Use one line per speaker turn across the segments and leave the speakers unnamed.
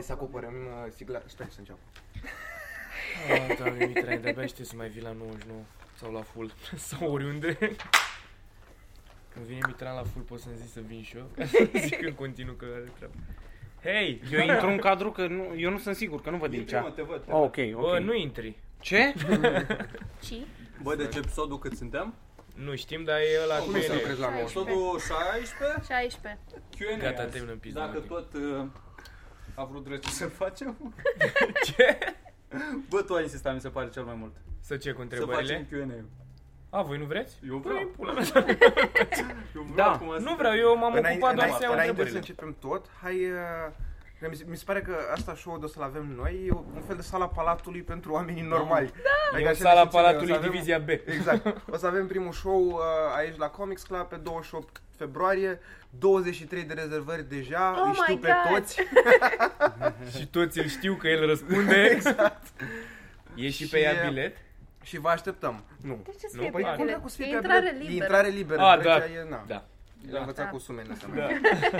Să acoperăm uh, sigla... Stai să încep.
Ah, doamne, Mitrane, de-abia aștept să mai vii la 99 sau la full sau oriunde. Când vine Mitran la full, pot să-mi zici să vin și eu, ca să zic în continuu că are treabă. Hei!
Eu intru în cadru că nu, eu nu sunt sigur, că nu văd din cea.
te văd.
Oh, ok, ok.
Bă, nu intri.
Ce?
Ci?
Bă, deci episodul cât suntem?
Nu știm, dar e ăla cu
Cum să
ele.
lucrezi la moș?
Episodul 16?
16.
Q&A
Gata,
azi.
terminăm pizda,
Dacă
Martin.
tot uh, a vrut drăciu să facem. Ce? Bă, tu ai insistat, mi se pare cel mai mult.
Să ce cu
Să facem
întrebările?
Q&A.
A, voi nu vreți?
Eu
Păi,
vreau.
pula mea.
Eu vreau
Da,
acum să-
Nu vreau, eu m-am
Înainte-
ocupat doar
înainte-
să iau
Înainte să
întrebările.
începem tot, hai... uh, că mi se- Mi se pare că asta show de o să-l avem noi, e un fel de sala palatului pentru oamenii normali. Da,
E în sala Palatului Divizia B.
Exact. O să avem primul show uh, aici la Comics Club pe 28 februarie, 23 de rezervări deja,
Oh
îi știu
my
pe
God!
toți.
Și toți îl știu că el răspunde. Exact. E și pe
Și
ea
e-
bilet.
Și vă așteptăm. Nu.
De ce să
Nu,
fie
păi,
Păi
Are.
cum
bine?
dracu să fie pe-a
E intrare
bilet? E
liberă.
intrare liberă.
A,
întregea
da.
E, na.
Da.
Da. învățat
Da.
cu sumele astea.
Da.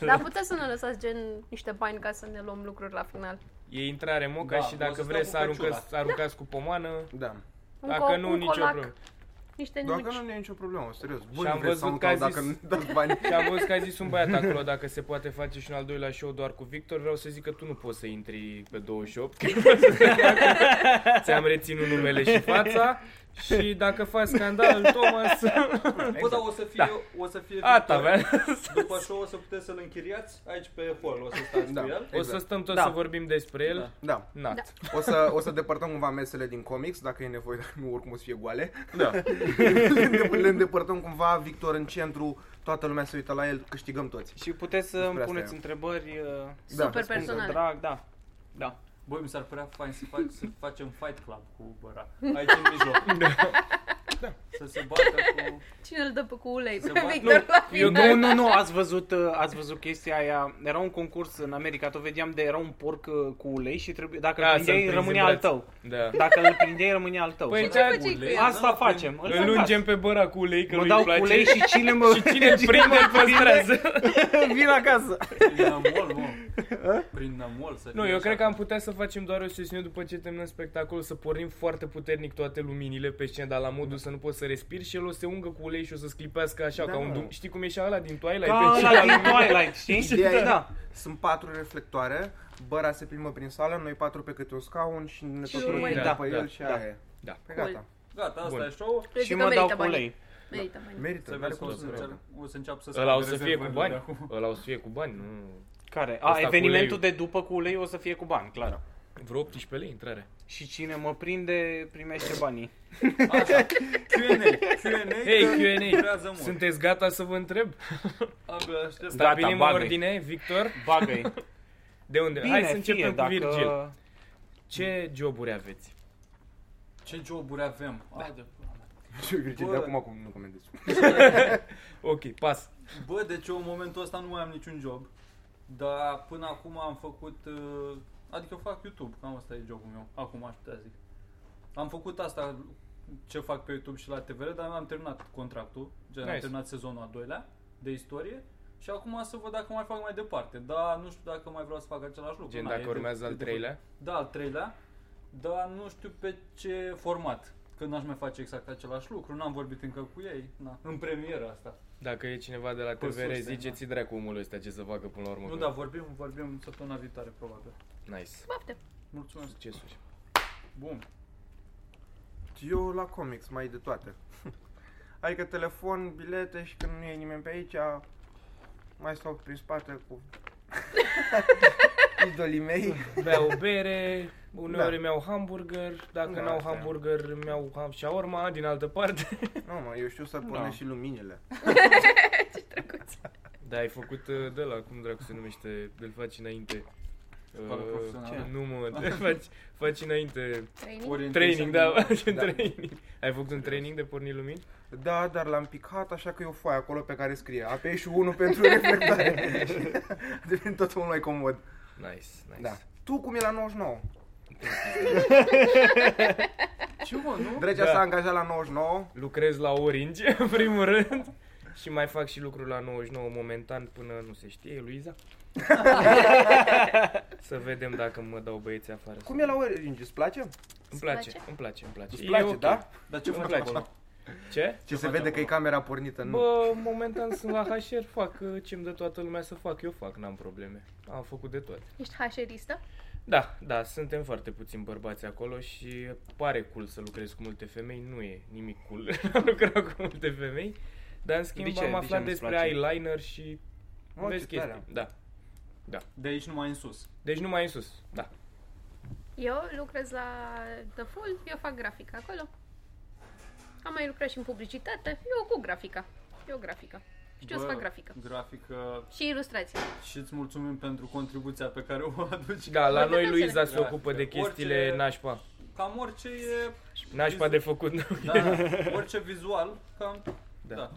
Dar puteți să ne lăsați gen niște bani ca să ne luăm lucruri la final.
E intrare moca
Da,
și
o să
dacă vreți să
stau cu
aruncați,
căciula.
să aruncați cu pomană,
Da.
Un
dacă
co-
nu,
un
nicio
colac,
problemă.
niște
Doar că
nuci.
nu e nicio problemă, serios. Bă,
Și
nu
am
vreți să
văzut
mă dau
că a zis-
dacă nu dați bani.
Și am văzut că a zis un băiat acolo dacă se poate face și un al doilea show doar cu Victor, vreau să zic că tu nu poți să intri pe 28, că nu poți să te faci- ți-am reținut numele și fața și dacă faci scandal, Thomas,
Bă,
Exact.
dar o să fie, o să fie
Exact. Da. ata
viitor.
avea.
După show o să puteți să-l închiriați aici pe hall, o să stați
Da.
cu el.
O să stăm tot
Da.
să vorbim despre el.
Da.
Da.
Nat.
Da.
O să, o să depărtăm cumva mesele din comics, dacă e nevoie, dacă nu, oricum o să fie goale.
Da.
Le îndep- Le îndepărtăm cumva, Victor în centru, toată lumea se uită la el, câștigăm toți.
Și puteți să
Despre
îmi
asta
puneți
e.
întrebări uh,
Super
spun că
cu
personal.
drag, da. Da.
Băi, mi s-ar părea fain să, fac, să facem fight club cu Băra. Aici în mijloc. Da. Să se bată cu...
Cine îl dă pe cu ulei?
Se
Pe
bat-
Victor la
Eu,
final.
nu, nu, nu, ați văzut, uh, ați văzut chestia aia. Era un concurs în America, tot vedeam de era un porc uh, cu ulei și trebuie, dacă
Da,
îl prindeai,
să-l
rămânea al
prinzi în
tău.
da.
Dacă îl prindeai, rămânea al tău.
Păi
Bă,
ce
Bă, ce-i cu el?
Asta facem.
Îl lungem pe băra cu ulei, că
Mă
lui
dau
îi
cu
place.
ulei și cine mă...
și cine îl prinde, păstrează.
Vin acasă.
Prin namol, mă. Prin namol să
Nu,
fie
eu
așa.
cred că am putea să facem doar o sesiune după ce terminăm spectacolul, să pornim foarte puternic toate luminile pe scenă, dar la modul să nu poți să respiri și el o să se ungă cu ulei și o să sclipească așa,
Da,
ca un
mă.
dum... Știi cum e și ăla din Twilight?
Ca
Deci-
ăla din Twilight, știi?
Ideea e,
Da.
Sunt patru reflectoare, băra se plimbă prin sală, noi patru pe câte un scaun și ne
Și
tot
urmărim.
urmărim
Da,
după
da,
el și
da.
aia e.
Da.
Păi
Cool.
gata.
Gata, asta
Bun.
e show.
Eu
Și
zic
mă
că
dau
merită
cu
banii.
ulei.
Merită bani.
Merită,
Să
n-are
vezi cum
cum
o
să
să,
nu
înceap,
meargă.
o să înceapă să
Ăla o
scoată
să fie cu
rezervările de
bani.
acum.
Ăla o să fie cu bani, nu...
Care?
Ăsta
A,
cu
evenimentul
uleiul.
de după cu ulei o să fie cu bani, clar.
Vreo 18 lei intrare.
Și cine mă prinde, primește banii.
Așa. Q&A. Q&A.
Păi
Hei,
că
Q&A!
durează mult.
Sunteți gata să vă întreb?
Abia aștept.
Gata,
Stabilim
bagă-i.
ordine, Victor?
Bagă-i.
De unde?
Bine,
Hai să
fie,
începem cu
dacă...
Virgil. Ce joburi aveți?
Ce joburi avem?
Da.
Haide, pula mea.
Și Virgil,
Bă.
de acum acum nu comentezi.
Ok, pas.
Bă, deci eu în momentul ăsta nu mai am niciun job. Dar până acum am făcut... uh, Adică eu fac YouTube, cam asta e jobul meu. Acum aș putea zic. Am făcut asta ce fac pe YouTube și la TVR, dar am terminat contractul. Gen, am
Nice.
terminat sezonul al doilea de istorie. Și acum să văd dacă mai fac mai departe. Dar nu știu dacă mai vreau să fac același lucru.
Gen,
Na, e
dacă
de-
urmează
de
al
făcut.
treilea.
Da, al treilea, dar nu știu pe ce format. Că n-aș mai face exact același lucru, n-am vorbit încă cu ei, na, în premieră asta.
Dacă e cineva de la
Cu
TVR,
surse,
ziceți-i dracu omul ăsta ce să facă până la urmă.
Nu,
că-
dar vorbim, vorbim săptămâna viitoare, probabil.
Nice.
Bafte.
Mulțumesc.
Succesuri.
Bun.
Eu la comics, mai de toate. Adică telefon, bilete și când nu e nimeni pe aici, mai stau prin spate cu idolii mei.
Beau bere, uneori
Da.
da. mi-au hamburger, dacă
Da,
n-au
asta e.
hamburger, mi-au ha- shawarma din altă parte.
Nu mă, eu știu să pornesc
Da.
și luminile.
Da, ai făcut uh, de la, cum dracu se numește, îl faci înainte.
Școală
Uh,
profesională.
Nu mă, te faci, faci înainte
Training.
training, da, faci un
Da.
training. Ai făcut un training de porni lumini?
Da, dar l-am picat, așa că e o foaie acolo pe care scrie AP și 1 pentru reflectare. Devin totul mult mai comod.
Nice, nice.
Da. Tu cum e la 99?
Ce mă, nu?
Dregea
Da.
s-a angajat la 99.
Lucrez la Orange, în primul rând. Și mai fac și lucruri la 99 momentan până nu se știe, Luiza. Să vedem dacă mă dau băieții afară.
Cum e la Orange? Îți place?
Îmi
Îți
place,
place?
îmi place, îmi place.
Îți
E
place,
ok.
da?
Dar ce
Îmi
faci
place.
acolo?
Ce?
Ce, se
faci
vede că e
acolo?
camera pornită, nu?
Bă, momentan sunt la HR, fac uh, ce-mi dă toată lumea să fac. Eu fac, n-am probleme. Am făcut de toate.
Ești hașeristă?
Da, da, suntem foarte puțini bărbați acolo și pare cool să lucrezi cu multe femei, nu e nimic cool a lucra cu multe femei, dar în schimb
De ce-
am
de ce
aflat
nu-ți
despre
place?
eyeliner și
Mă, ce
vezi chestii,
tare.
da.
De aici numai în sus.
Deci numai în sus, da.
Eu lucrez la The Full, eu fac grafică acolo. Am mai lucrat și în publicitate, eu cu grafica. Eu grafica. Și eu să
Bă,
fac grafică.
Grafică
Și ilustrații.
și îți mulțumim pentru contribuția pe care o aduci.
Da, la
Bă,
noi
da,
Luiza se
înțeleg.
ocupă de
Orice-
chestiile nașpa,
Cam orice e,
nașpa de făcut.
da, orice vizual, cam, da. da.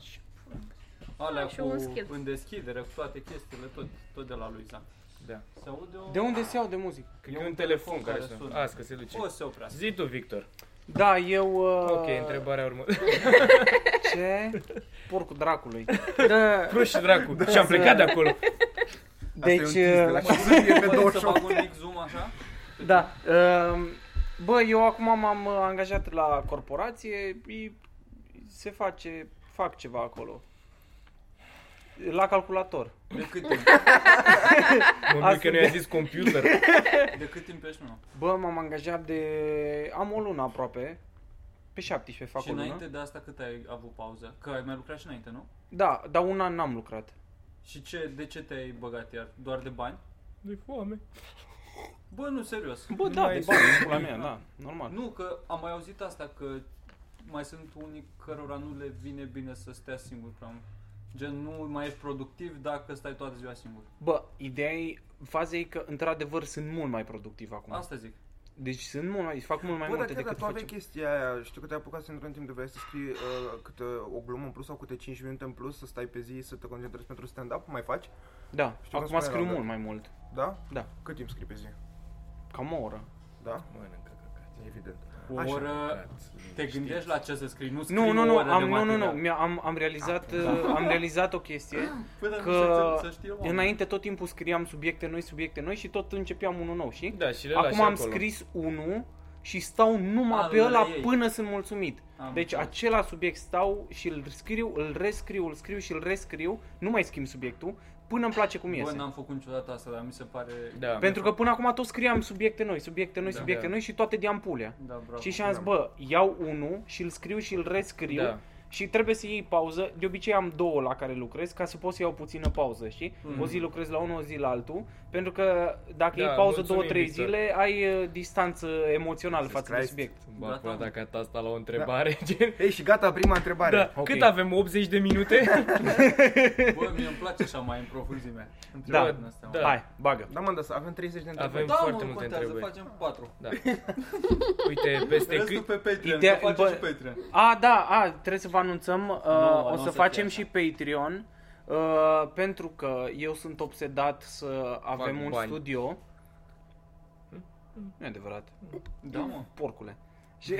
Alea
Da, și un skill.
cu, în deschidere, cu toate chestiile, tot, tot de la Luisa.
Da.
Se aude o...
De unde se iau de muzică?
Cred că e un telefon care sună. Azi că se duce.
O să se oprească.
Zi tu, Victor.
Da, eu... Uh,
Ok, întrebarea următoare.
Ce? Porcul dracului.
Cruș dracu, și am plecat de acolo.
Asta e un
Deci,
tease de la
uh,
ce pe
Poate să
28.
fac un mic zoom așa?
Da. Um, Bă, eu acum m-am uh, angajat la corporație, i- se face, fac ceva acolo. La calculator.
De cât timp?
Mă duc că nu i-a zis computer.
De cât timp ești, mă?
Bă, m-am angajat de... am o lună aproape. Pe 17 fac
Și
o lună.
înainte de asta cât ai avut pauză? Că ai mai lucrat și înainte, nu?
Da, dar un an n-am lucrat.
Și ce, de ce te-ai băgat iar? Doar de bani?
De foame.
Bă, nu, serios.
Bă, da,
mai
de
este.
bani, pula mea, da, normal.
Nu, că am mai auzit asta, că mai sunt unii cărora nu le vine bine să stea singur, cam. Gen, nu mai ești productiv dacă stai toată ziua singur.
Bă, ideea e, faza e că, într-adevăr, sunt mult mai productiv acum.
Asta zic.
Deci sunt mult mai, fac mult mai
Bă, dar
multe
chiar dacă
decât
tu aveai
facem.
chestia aia, știu că te-ai apucat să intri în timp de vrei să scrii uh, câte o glumă în plus sau câte 5 minute în plus, să stai pe zi, să te concentrezi pentru stand-up, mai faci?
Da,
Știu cum
acum
spunea
scriu
Robert.
mult mai mult.
Da?
Da.
Cât timp scrii pe zi?
Cam o oră.
Da?
Mănâncă căcat.
Evident.
O
Așa.
oră... Te
Știi.
gândești la ce să scrii, nu scrii
Nu, nu,
o
nu,
oră
am,
de Da.
nu, nu, nu,
material.
mi-a- am, am, realizat, uh, am realizat o chestie,
Păi, dar
că
să, să știe oamenii.
înainte tot timpul scriam subiecte noi, subiecte noi și tot începeam unul nou, știi?
Da, și le lași
Acum am
acolo.
scris unul și stau numai
A,
pe ăla
le iei.
până sunt mulțumit.
Am
Deci
înțeles.
același subiect stau și îl scriu, îl rescriu, îl scriu și îl rescriu, nu mai schimb subiectul, până îmi place cum
Bă,
iese.
n-am făcut niciodată asta, dar mi se pare...
Da.
Pentru că până acum tot scriam subiecte noi, subiecte noi,
Da.
subiecte noi și toate de ampulea.
Da, bravo.
Și și am zis, bă, iau unul și îl scriu și îl rescriu
Da.
și trebuie să iei pauză. De obicei am două la care lucrez ca să pot să iau puțină pauză, știi? O zi lucrez la unul, o zi la altul, pentru că dacă
Da,
iei pauză
mulțumim,
două, trei
Victor.
zile, ai uh, distanță emoțională
Jesus
față de
Christ.
subiect.
Sunt
Gata,
acum
mă.
dacă a asta la o întrebare. gen-
Ei, și gata, prima întrebare.
Da.
Ok.
Cât avem? 80 de minute?
Bă, mie îmi place așa mai în profunzime.
Da,
Întrebări din astea, mă.
da.
Hai, bagă.
Da, mă, dar să avem 30 de întrebări.
Avem
Da,
foarte
mă, nu
multe
contează,
întrebări.
facem patru.
Da. Uite, peste
Restul
cât...
pe Patreon,
Ideea-
Ideea, să facem
bă-
și Patreon.
A, da, a, trebuie să vă anunțăm, uh,
nu o
o
să
să
fie
facem
așa.
și Patreon, uh, pentru că eu sunt obsedat să avem un
bani.
studio.
Hmm?
Nu e adevărat. Mm.
Da, mă.
porcule. Și...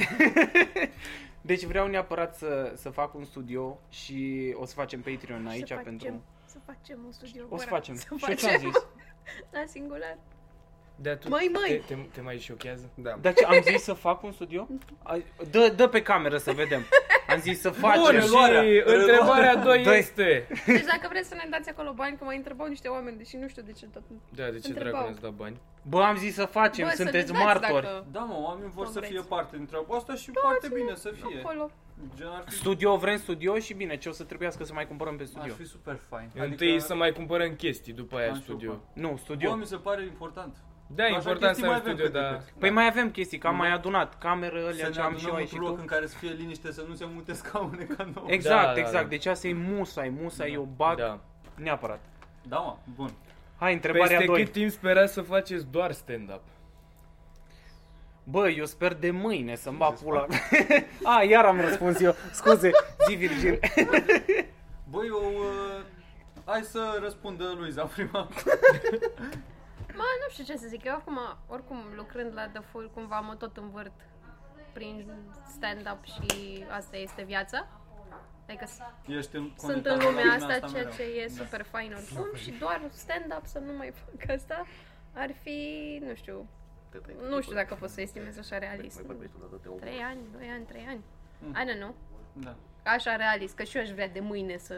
deci vreau neapărat să, să fac un studio și o să facem Patreon aici
să
pentru...
Facem, să facem un studio.
O să
Bora.
facem.
Să
și eu ce am
facem.
zis?
La singular.
Da, tu
Măi, măi!
Te, te, te mai șochează?
Da.
Dar ce, am zis să fac un studio? Ai- Dă, dă pe cameră să vedem. Am zis să facem.
Bun, și întrebarea 2
Doi.
este...
Deci dacă vreți să ne dați acolo bani, că mă întrebau niște oameni, deși nu știu de ce tot.
Da, de ce
Întrebau.
dracu ne-ați dat bani?
Bă, am zis să facem,
Bă, să ne
sunteți
dați
martori.
dacă-
Da, mă, oamenii vor
Cum
să
vreți.
fie parte din treaba asta și foarte bine să fie.
Da, Acolo.
Gen, ar fi,
Studio, vrem studio și bine, ce o să trebuiască să mai cumpărăm pe
ar
studio?
fi super fain.
Întâi să mai cumpărăm chestii, după aia
Am
studio.
șocat.
Nu,
Bă,
studio.
mi se pare important.
Da, e
Așa
important
chestii
să ai
mai avem
studio, da.
cât de
dar...
cât.
Păi mai avem chestii, că am mai adunat cameră,
Să
alea
ne
ce am și eu
adunăm
aici și
într-un loc
tu.
în care să fie liniște, să nu se mute scaune ca nou.
Exact,
Da, da,
exact.
da.
Deci asta e musai, musai, eu bag
Da.
neapărat.
Da, mă, bun.
Hai, întrebarea
Peste
2.
cât timp sperați să faceți doar stand-up?
Bă, eu sper de mâine să-mi bat pula. A, iar am răspuns eu. Scuze, zi Virgil.
Băi, eu... uh, Hai să răspundă Luiza prima.
Mă, nu știu ce să zic. Eu acum, oricum, lucrând la The Full, cumva mă tot învârt prin stand-up și asta este viața. Adică s-
Ești în,
sunt
conectat
în
la
lumea asta, ceea
mereu.
ce e
Da.
super fain oricum și doar stand-up să nu mai fac asta ar fi, nu știu, nu știu dacă pot să estimez așa realist. Trei ani, doi ani, trei ani.
Mm.
I don't know.
Da.
Așa realist, că și eu aș vrea de mâine să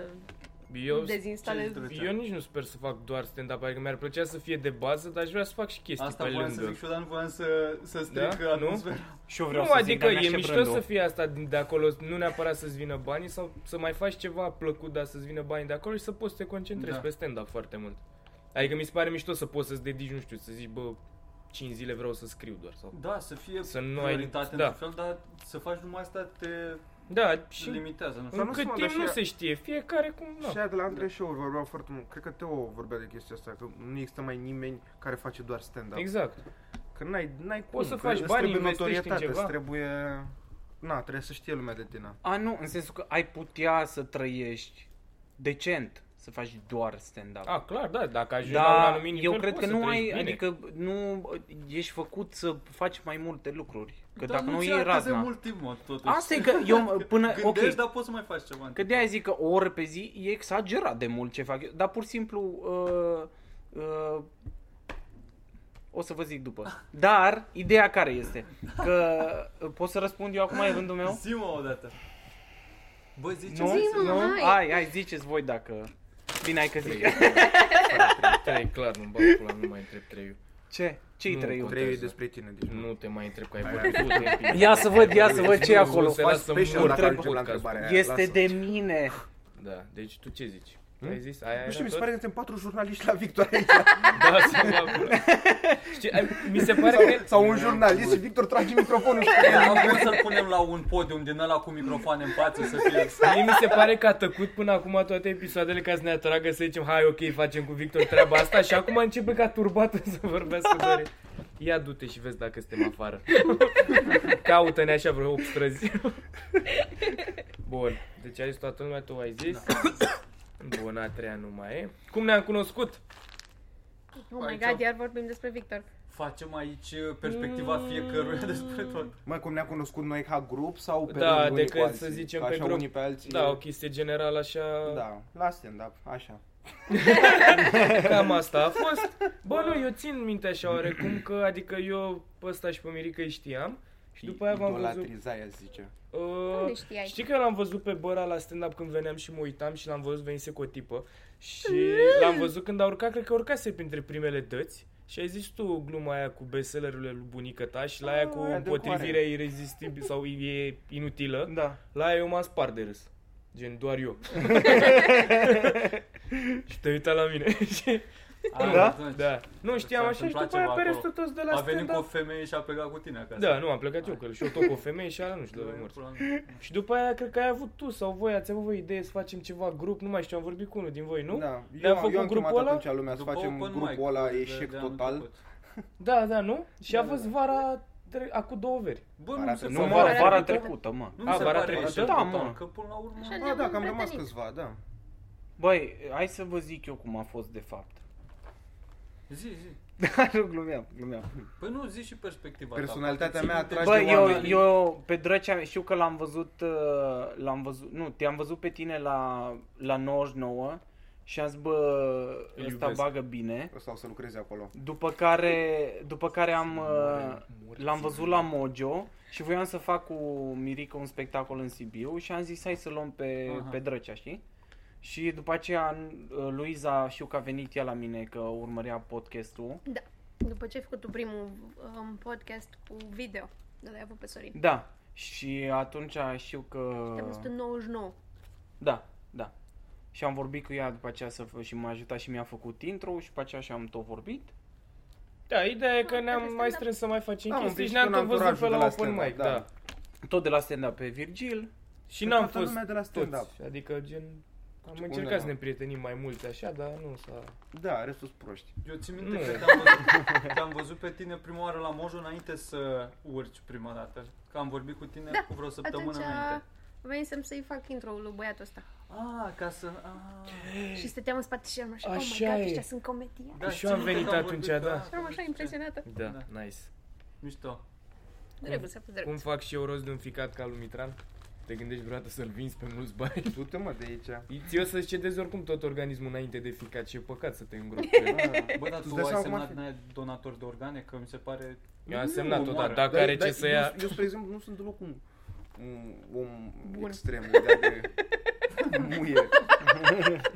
Eu,
dezinstalez.
ce-ai drăguț.
eu nici nu sper să fac doar stand-up, adică mi-ar plăcea să fie de bază, dar aș vrea să fac și chestii
Asta
pe
voiam
lângă.
să zic și eu, dar nu voiam să, să stric
Da? Nu?
atmosfera.
Și eu vreau
Nu,
să zic,
adică
dar mi-aș
e
ce
mișto
brândul.
să fie asta din- de acolo, nu neapărat să-ți vină banii sau să mai faci ceva plăcut, dar să-ți vină banii de acolo și să poți să te concentrezi
Da.
pe stand-up foarte mult. Adică mi se pare mișto să poți să-ți dedici, nu știu, să zici, bă, 5 zile vreau să scriu doar sau...
Da, să fie
Să nu ai-
prioritate
da.
într-un fel, dar să faci numai asta te
Da, și
limitează. Nu știu.
Sau
în
nu
cât
sună,
timp
dar
nu
și-
se știe, fiecare cum,
Și
da.
aia de la Andrei Show vorbeau foarte mult. Cred că Teo vorbea de chestia asta, că nu există mai nimeni care face doar stand-up.
Exact.
Că n-ai, n-ai cum.
să
că
faci
îți
bani,
trebuie
investești în
notorietate,
ceva.
Îți trebuie... Na, trebuie să știe lumea de tine.
A, nu, în sensul că ai putea să trăiești decent, să faci doar stand-up.
A, clar, da, dacă ajungi la un
Dar
anumit nivel,
eu cred
poți
că
să
nu ai,
trăiești bine.
adică nu ești făcut să faci mai multe lucruri. Că
Dar
dacă nu
ți
e
ia atât
razna.
de mult timp, mă, totuși.
Asta e că eu până,
Gândești,
ok,
dar poți să mai faci ceva. în
că
timp.
de-aia zic că o oră pe zi e exagerat de mult ce fac eu, dar pur și simplu, uh, uh, o să vă zic după. Dar, ideea care este? Că uh, pot să răspund eu acum, e rândul meu?
Zi-mă odată. Bă, zice
Nu?
Zi, mă,
nu?
hai.
Hai, hai, ziceți voi dacă... Bine, hai că zic.
Trei, clar, nu-mi bag pula, nu mai întreb treiul.
Ce? Ce-i
Nu,
trăiu?
trei.
Trei e
contează.
despre tine, deci nu.
Nu te mai întreb că ai vorbit un pic.
Ia să văd, ia să văd ce e acolo.
Se
Faci
lasă
special
mult
dacă
în
ajungem la
podcast.
întrebarea aia.
Este
lasă-o.
de mine.
Da, deci tu ce zici? Ai zis? Aia
Hmm? Nu știu,
era
mi se
tot?
pare că suntem patru jurnaliști la Victor aici.
Da, să mă apun. Știi, ai- mi se pare că... Da.
Sau un jurnalist și Victor trage microfonul și
Am vrut să-l punem la un podium din ăla cu microfoane în față să fie...
Mie mi se pare că a tăcut până acum toate episoadele ca să ne atragă să zicem hai ok facem cu Victor treaba asta și acum începe ca turbat să vorbească doar el. Ia du-te și vezi dacă suntem afară. Caută-ne așa vreo 8 străzi. Bun, deci ai zis toată lumea, tu ai zis. Bun, a treia nu mai e. Cum ne-am cunoscut?
Oh my
Aici
god,
am-
iar vorbim despre Victor.
Facem aici uh, perspectiva
Mm.
fiecăruia despre tot.
Mă, cum ne-am cunoscut noi ca grup sau pe
Da,
rând unii
decât
cu alții?
să zicem
Ca
pe
așa
grup.
unii pe alții.
Da, o chestie generală așa...
Da, la stand-up, așa.
Cam asta a fost. Bă, nu, eu țin minte așa oarecum că, adică eu pe ăsta și pe Mirica îi știam și după aia v-am văzut.
Idolatrizaia, zice.
Uh,
Unde știai?
știi că l-am văzut pe Băra la stand-up când veneam și mă uitam și l-am văzut venise cu o tipă și l-am văzut când a urcat, cred că urcase printre primele dăți și ai zis tu gluma aia cu bestsellerurile lui bunica ta și la aia cu
Ah, aia de
împotrivirea irezistibilă sau e inutilă.
Da.
La aia eu m-am spart de râs. Gen, doar eu. și te uita la mine. și,
da?
da. Nu, știam
S-a
așa și
întâmplat
după aia
ceva
pe
acolo.
restul toți de la
A venit cu o
da.
stand-up.
femeie și a plecat cu Da. tine acasă.
Da, nu, am plecat eu, că și eu tot cu o femeie și ala nu știu, de la morți. Și după aia cred că ai avut tu sau voi, ați avut voi idee să facem ceva grup, nu mai știu, am vorbit cu unul din voi, nu?
Da,
Ne-am
eu,
făcut
eu am
grupul
chemat
ăla?
atunci lumea să facem grupul ăla eșec total.
da, da nu? Și a
Da,
fost
da.
vara, tre- acum două veri.
Bă, nu
Vara
mi se
trecută.
Nu,
Sau
pare-
mă,
vara
vara,
trecută?
trecută, mă.
Nu
A,
mi se
vara
pare
trecută?
eșec
Da,
total,
mă.
Că până la urmă...
Așa
Ba,
ne-am
da, că am rămas
împrietenit.
câțiva, da.
Băi, hai să vă zic eu cum a fost de fapt.
Zi, zi.
nu, glumeam, glumeam.
Păi nu, zi și perspectiva
Personalitatea
ta.
mea
puțin
atrage
de-
Bă,
de
eu,
oameni.
eu pe drăcea, știu că l-am văzut, uh, l-am văzut, nu, te-am văzut pe tine la, la 99 și am zis, bă,
Îl
ăsta
iubesc.
bagă bine.
Ăsta o să lucreze acolo.
După care, după care am, uh,
Moare-
l-am văzut la Mojo și voiam să fac cu Mirica un spectacol în Sibiu și am zis hai să luăm pe,
Aha.
pe drăcea, știi? Și după aceea în- uh, Luiza știu că a venit ea la mine că urmărea podcastul.
După ce ai făcut tu primul um, podcast cu video, de la avut pe Sorin.
Da. Și atunci știu că...
Te-am văzut în 99.
Da, da. Și am vorbit cu ea după aceea să fă, și m-a ajutat și mi-a făcut intro și după aceea și am tot vorbit.
Da, ideea e că
Pe
ne-am mai
stand-up.
strâns să mai facem
Da, un
chestii
pic
și
și
ne-am
un
tot văzut
anturaj
pe
de
la
la
open
stand-up,
mic,
da.
da.
Tot de la stand-up pe Virgil.
Și
Pe
n-am
toată
fost
lumea de la stand-up. da.
toți, adică gen... Am
Unde
încercat să
n-am?
ne prietenim mai mulți așa, dar nu s-a...
Da, restul sunt proști.
Eu țin
Nu.
minte că te-am văzut, te-am văzut pe tine prima oară la Mojo înainte să urci prima dată. Că am vorbit cu tine
Da,
cu vreo săptămână
Atunci
înainte.
venisem să-i fac intro-ul lui băiatul ăsta.
Ah, ca să... ah.
Și stăteam în spate și eram așa, oh my
Așa
god,
e.
ăștia sunt comedia.
Da,
Și
țin
eu am
minte
venit
că
atunci,
vorbit,
da.
ah,
Eram așa
ce
impresionată.
Da,
Da.
nice.
Mișto.
Drăguț, a fost drăguț.
Cum fac și eu rost de un ficat ca lui Mitran? Te gândești vreodată să-l vinzi pe mulți bani?
Du-te mă de
Da.
aici.
Ți-o să-ți cedezi oricum tot organismul înainte de ficat și e păcat să te îngropi.
Da.
Bă, dar
Îți
tu
dai
ai
seama cum ar
semnat
fi?
n ai donator de organe? Că mi se pare...
Eu am semnat tot, da,
omoară.
dacă
Dar-
are ce
dar
să
eu-
ia...
Eu, spre exemplu, nu sunt deloc un, un om
Bun.
extrem legat de muie.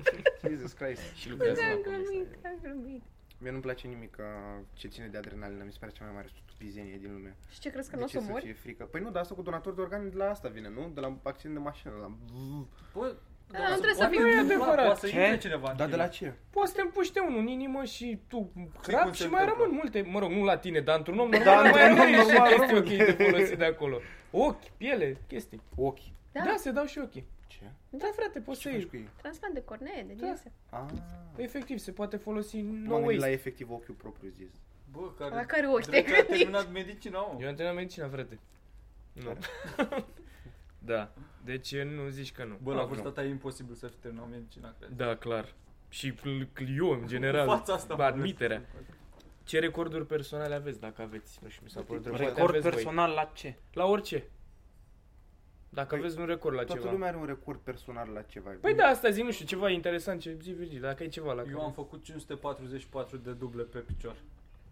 Jesus Christ.
Și lucrează la
Am
comics.
glumit, am glumit.
Mie nu-mi place nimic uh, ce ține de adrenalină, mi se pare cea mai mare stupizenie din lume.
Și ce crezi că
de
nu o
ce
să
să
mori?
fie frică? Păi nu, dar asta cu donator de organe de la asta vine, nu? De la accident de mașină, la...
Bă,
Da, nu trebuie să fii-
Nu
Nu e
adevărat.
Poate să
Ce?
intre cineva.
Dar
în
Da, de
tine.
la ce?
Poți să te împuște unul în inimă și tu
cum
crap
se
și mai
întâmplă.
rămân multe, mă rog, nu la tine, dar într-un om
Da,
normal, da, mai
într-un om
rămân niște
normal,
chestii
rămân.
ok de folosit de acolo. Ochi, piele, chestii.
Ochi.
Da.
Da, se dau și ochii.
Ce?
Da, frate, poți să
Ce faci
iei.
cu ei?
Transplant de cornee, de
Da.
dinse.
Ah,
Efectiv, se poate folosi no
m-am gândit la
waste.
efectiv ochiul propriu zis.
Bă, care...
La care ochi te
Drăguț a
gândi?
terminat medicina, mă.
Eu am terminat medicina, frate. Nu. da. Deci nu zici că nu.
Bă, la
Nu.
vârsta ta e imposibil să fi terminat medicina, cred.
Da, clar. Și cl- cl- eu, în
Cu
general,
fața asta, mă,
admiterea. Ce recorduri personale aveți, dacă aveți? Nu știu, mi s-a părut
Păi,
Record
drăguț.
Record
Aveți voi.
personal la ce?
La orice. Dacă
Păi,
aveți un record la
Toată
ceva.
lumea are un record personal la ceva.
Păi da, asta zi, nu știu, ceva interesant ce zi, Virgil, dacă ai ceva la
Eu am făcut 544 de duble pe picior.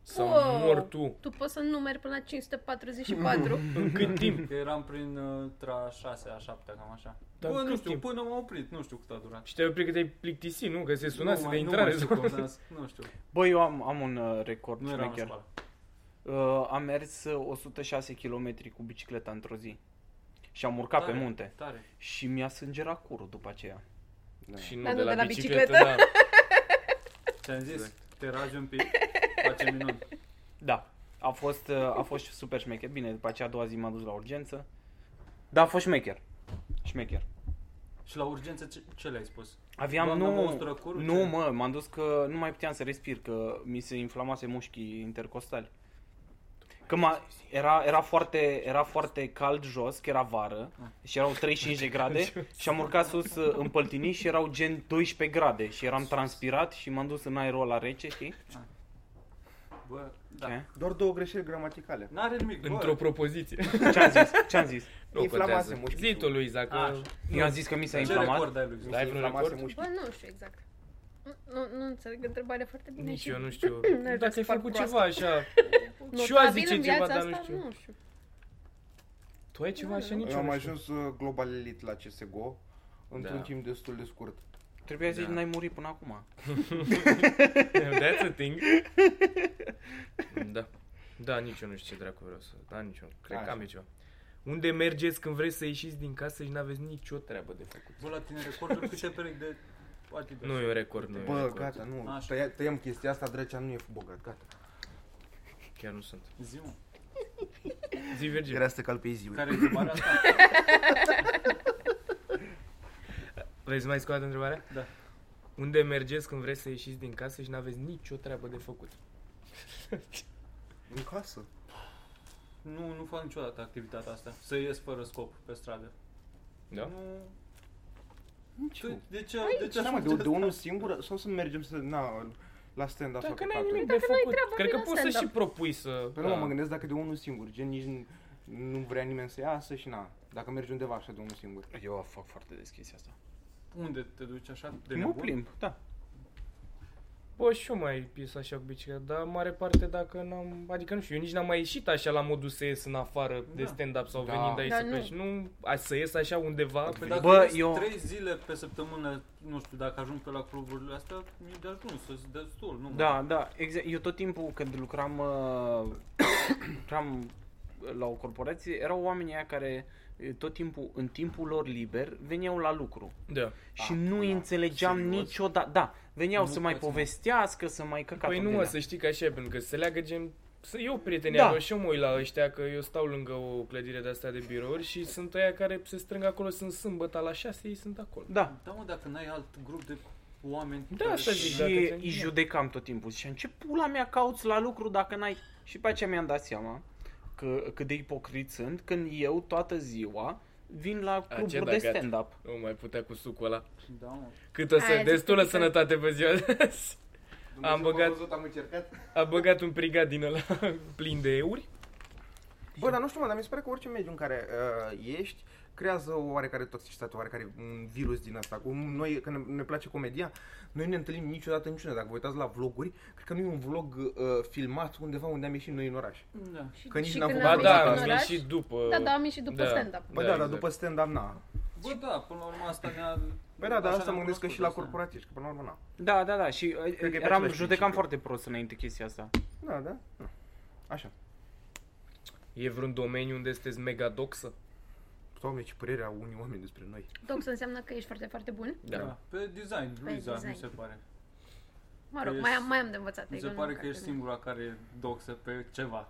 Sau
Wow.
mor tu.
Tu poți să numeri până la 544.
În cât timp?
Că eram prin uh, tra 6 a 7 cam așa.
Dar
Bă,
cât
nu știu,
timp?
până m-a oprit, nu știu cât a durat.
Și te-ai oprit că te-ai plictisit, nu? Că se
Nu
sunase de
mai- nu
intrare.
mai știu
sau-
cum, dar- Nu știu,
Bă, eu am, am un uh, record
nu eram în
șmecher.
școală.
Uh, am mers uh, 106 km cu bicicleta într-o zi. Și am urcat pe
Tare,
munte.
Tare.
Și mi-a sângerat curul după aceea.
da.
Și nu
Dar
de la, bicicletă, da.
Ți-am zis,
Exact.
te ragi un pic, face minuni.
Da. A fost, uh, a fost super șmecher. Bine, după aceea a doua zi m-am dus la urgență. Da, a fost șmecher. Șmecher.
Și la urgență ce, ce le-ai spus?
Aveam,
Doamna, mă
nu,
ustură curul,
nu
ce?
mă, m-am dus că nu mai puteam să respir, că mi se inflamase mușchii intercostali. Că m-a, era, era, foarte, era foarte cald jos, că era vară și erau 35 de grade și am urcat sus uh, în păltinii și erau gen 12 grade și eram transpirat și m-am dus în aerul ăla rece, știi?
Bă, da.
Ce?
Doar două greșeli gramaticale.
N-are nimic, bă.
da, într-o propoziție.
Ce-am zis? Ce-am zis?
nu
Inflamase
contează.
mușchiul.
Zi tu, Luiza, că...
Așa.
Eu am zis că mi s-a
ce
inflamat.
record ai lui?
Da. Ai vreun
inflamase
record?
Bă,
mușchii.
nu știu exact. Nu, nu înțeleg întrebarea foarte bine.
Nici
și
eu nu știu.
vrea
Dacă
să
ai
fac
făcut
proastă.
ceva așa...
Notabil
Și eu aș zice
în
ceva,
viața
dar nu
asta?
știu.
Nu știu.
Tu ai ceva așa nici
Eu
eu
am
nu știu.
ajuns uh, global elite la CSGO într-un
Da.
timp destul de scurt.
Trebuia să zici,
Da.
n-ai murit până acum.
That's a thing. Da. Da, nici eu nu știu ce dracu vreau să... Da, nici eu. Cred că
Așa.
am eu ceva. Unde mergeți când vreți să ieșiți din casă și n-aveți nicio treabă de făcut?
Bă, la tine recordul câte perechi de Adidas?
Nu e un record, nu e un
Bă,
record.
gata, nu.
Așa.
Tăia, tăiem chestia asta, drăcea nu e bogat, gata.
Chiar nu sunt.
Zi, mă.
Zi, Virgil.
Era să calpe ziua.
Care e întrebarea asta?
Vrei să mai scoată întrebarea?
Da.
Unde mergeți când vreți să ieșiți din casă și n-aveți nicio treabă de făcut?
În casă.
Nu, nu fac niciodată activitatea asta. Să ies fără scop pe stradă.
Da?
Nu.
Nici
Tu,
eu.
de ce? Aici, de ce
Da, mă,
așa
de, de
de
unul singur sau să mergem să, na, la stand-up sau
Dacă
pe
n-ai
patru?
nimic de
Dacă n-ai
făcut.
treabă,
Cred că
vino
poți să și
stand-up.
propui să...
Păi nu, mă, mă gândesc dacă de unul singur, gen nici nu, nu vrea nimeni să iasă și na, dacă mergi undeva așa de unul singur.
Eu fac foarte des chestia asta.
Unde te duci așa de
mă
nebun?
plimb, da.
Bă, și eu mai ies așa cu bicicleta, dar în mare parte dacă n-am... Adică nu știu, eu nici n-am mai ieșit așa la modul să ies în afară de
Da.
stand-up sau
Da.
venind aici
Dar
să
nu.
pleci. Nu, a, să ies așa undeva.
Păi
Păi
dacă
Bă,
Bă,
eu-
eu... 3 zile pe săptămână, nu știu, dacă ajung pe la cluburile astea, mi-e de ajuns, să-ți destul, nu? mă.
Da, da, exact. Eu tot timpul când lucram, uh, lucram la o corporație, erau oamenii aia care uh, tot timpul, în timpul lor liber, veneau la lucru.
da.
și
Ah,
nu
da.
înțelegeam
Serios?
niciodată. Da, veneau
Nu
să mai
poți, mă.
povestească, să mai căcatul
Păi nu
din
mă,
ea.
să știi că așa e, pentru că se leagă gen... Să eu prietenia
Da.
da. mea și eu mă uit la ăștia că eu stau lângă o clădire de asta de birouri și sunt ăia care se strâng acolo, sunt sâmbătă la 6, ei sunt acolo.
Da.
Da, mă, dacă n-ai alt grup de oameni...
Da,
care-
asta zic.
Și
dacă te-
îi judecam tot timpul. Ziceam, ce pula mea cauți la lucru dacă n-ai... Și pe aceea mi-am dat seama că, cât de ipocrit sunt când eu toată ziua vin la
ce
cluburi
da,
de
gata.
stand-up.
Nu mai putea cu sucul ăla.
Da, mă.
Cât o să
Aia
destulă
zic că-
sănătate pe ziua de azi. Am
m-a
băgat-
văzut, am încercat.
A băgat un prigat din ăla plin de euri.
Bă, dar nu știu, mă, dar mi se pare că orice mediu în care uh, ești, creează o oarecare toxicitate, oarecare un virus din asta. Cum noi, când ne- ne place comedia, noi ne întâlnim niciodată niciuna. Dacă vă uitați la vloguri, cred că nu e un vlog uh, filmat undeva unde am ieșit noi în oraș.
Da.
Și,
Că nici
și
n-am
când
făcut Când
Ba
am
am
da,
venit
am
în
venit
oraș,
ieșit după.
da, da, am ieșit după
Da.
stand-up.
Bă, da, dar
exact.
după stand-up, na.
Bă, da, până la urmă asta ne-a...
Bă, da, dar
așa
asta
ne-am
mă gândesc că
cunoscut,
și la
asta.
corporativ, că până la urmă, na.
Da, da, da, și uh,
că e pe
eram,
același
judecam
principiu.
foarte prost înainte chestia asta.
Da, da? Na. Așa.
E vreun domeniu unde sunteți megadoxă?
Doamne, ce părere au unii oameni despre noi.
Dox înseamnă că ești foarte, foarte bun.
Da. Pe design, Luiza,
design.
mi se pare.
Mă rog,
Că
mai
ești-
am, mai am de învățat.
Mi se
eu nu
pare
cred
că ești singura care e doxă pe ceva.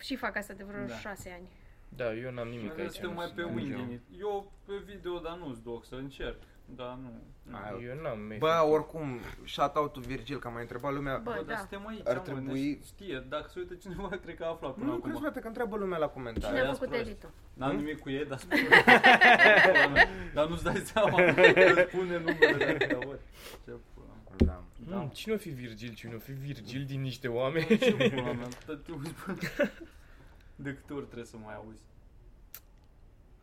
Și fac asta de vreo
Da.
șase ani.
Da, eu n-am nimic
Noi
aici.
suntem
nu
mai
sunt
pe
nici eu.
winging Eu pe video, dar nu-s doxă, încerc. Dar nu. nu.
Ai,
Eu n-am mei.
Bă, oricum, shout-out Virgil, că m-a întrebat lumea.
Bă,
Bă,
da.
dar suntem aici,
Ar
mă, ne
trebui-
Știe, dacă se uită cineva, cred că a aflat până
nu, nu
acum.
crezi, frate, că întreabă lumea la comentarii.
Cine a
aia-s
făcut
prost.
editul?
N-am nimic cu ei, dar spune. dar nu-ți dai seama, spune numele de atâtea ori. Ce pula mea.
Da.
Mm, cine o fi Virgil? Cine o fi Virgil din niște oameni?
Ce pula mea, tot timpul spun. De câte ori trebuie să mai auzi?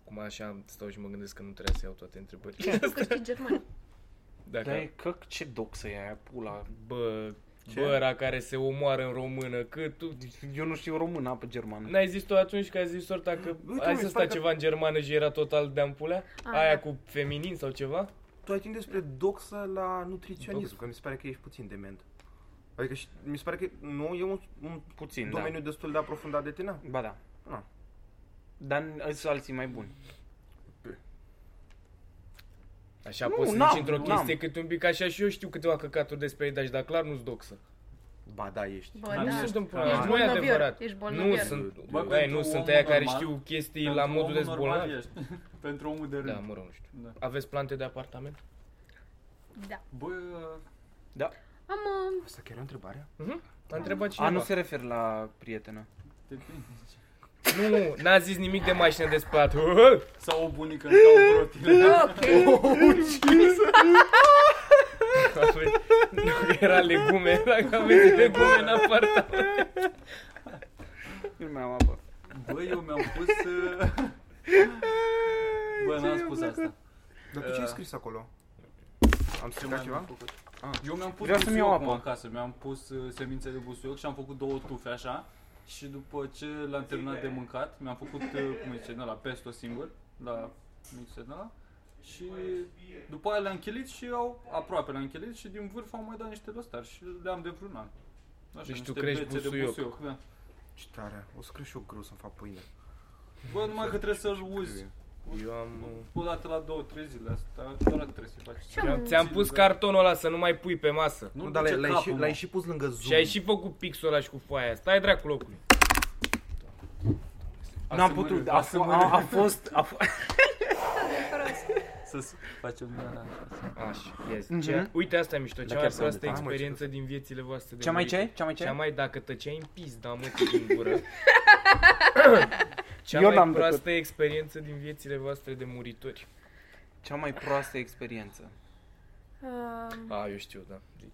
Cum așa stau și mă gândesc că nu trebuia să iau toate întrebările.
Ești tu câștigi german.
Dacă...
Da, e că ce doxă e aia, pula.
Bă,
Ce?
băra care se omoară în română, că tu...
Eu nu știu română pe germană.
N-ai zis tu atunci că ai zis sorta că
Uite,
ai
mă,
să
mi se
sta
pare că-
ceva în germană și era total de ampulea?
A,
Aia
da.
cu feminin sau ceva?
Tu ai timp despre doxă la nutriționism,
Doxă.
că mi se pare că ești puțin dement. Adică și, mi se pare că nu, e un, un
Puțin,
domeniu destul de aprofundat de tine.
da. Ba da.
Na.
Dar n- sunt alții mai buni.
Așa
Nu,
poți să
n-am,
zici într-o
n-am.
chestie cât un pic așa și eu știu câteva căcaturi despre ei, dar și, dar clar nu-s doxă.
Ba da, ești.
Bă,
Dar
Nu
da.
sunt împuia,
Ești
nu e
bolnăvior,
adevărat.
ești
nu
bolnăvior.
sunt,
Bă,
băi,
pentru
nu sunt
omul
aia care
normal,
știu chestii
Pentru
la modul
omul
de
normal
zbolnav.
ești. Pentru omul de rând.
Da, mă rog, nu știu.
Da.
Aveți plante de apartament?
Da.
Bă,
Am, uh,
Asta chiar e o întrebare?
A Mhm. întrebat
A,
cineva.
nu se refer la prietenă.
te prinzi.
Nu, n-a zis nimic de mașină de spălat.
Sau o bunică îmi dau rotile. Da,
Nu, era legume, dacă aveți legume în apartament.
Nu mai am apă.
Bă, eu mi-am pus... uh, Bă, n-am spus asta.
Dar tu ce
Uh,
ai scris acolo? Am stricat
mai am
ceva?
făcut? Eu mi-am pus
Vreau să-mi iau
busuioc,
apă.
mă, în casă, mi-am pus uh, semințe de busuioc și am făcut două tufe așa și după ce l-am terminat de mâncat, mi-am făcut, uh, cum îi zice, din la pesto singur, la mixer din ăla și după aia le-am închilit și au, aproape le-am închilit și din vârf am mai dat niște dostari și le-am de vreun an. Așa,
Deci tu
niște
crești
bețe de
busuioc.
busuioc da.
Ce tare. O să cresc și eu greu să-mi fac pâine.
Bă, numai că trebuie să-l uzi
Eu am...
o dată la două, trei zile asta, doar atât trebuie să faci.
ce am,
Ți-am pus cartonul ăla să nu mai pui pe masă.
Nu,
Nu,
dar
duce
l-ai, l-ai,
capul,
și,
mă.
l-ai și pus lângă zoom.
Și ai și făcut pixul ăla și cu foaia. Stai dracu locului.
N-am
Asemănă-
putut, a, f-
asemănă-
a, a fost, a f-
Să s- facem da, da, da.
Așa, ia zi.
Mhm.
Ce- Uite, asta e mișto.
Dar
Cea
chiar
mai
s-a
proastă
uitat.
experiență din viețile voastre de
Cea mai
murite.
ce? Cea mai ce?
Cea mai dacă tăceai în pizda, mă, tu din gură. Cea
Eu
mai
n-am
proastă experiență din viețile voastre de muritori.
Cea mai proastă experiență.
uh,
Ah,
A, eu știu, da. Zi.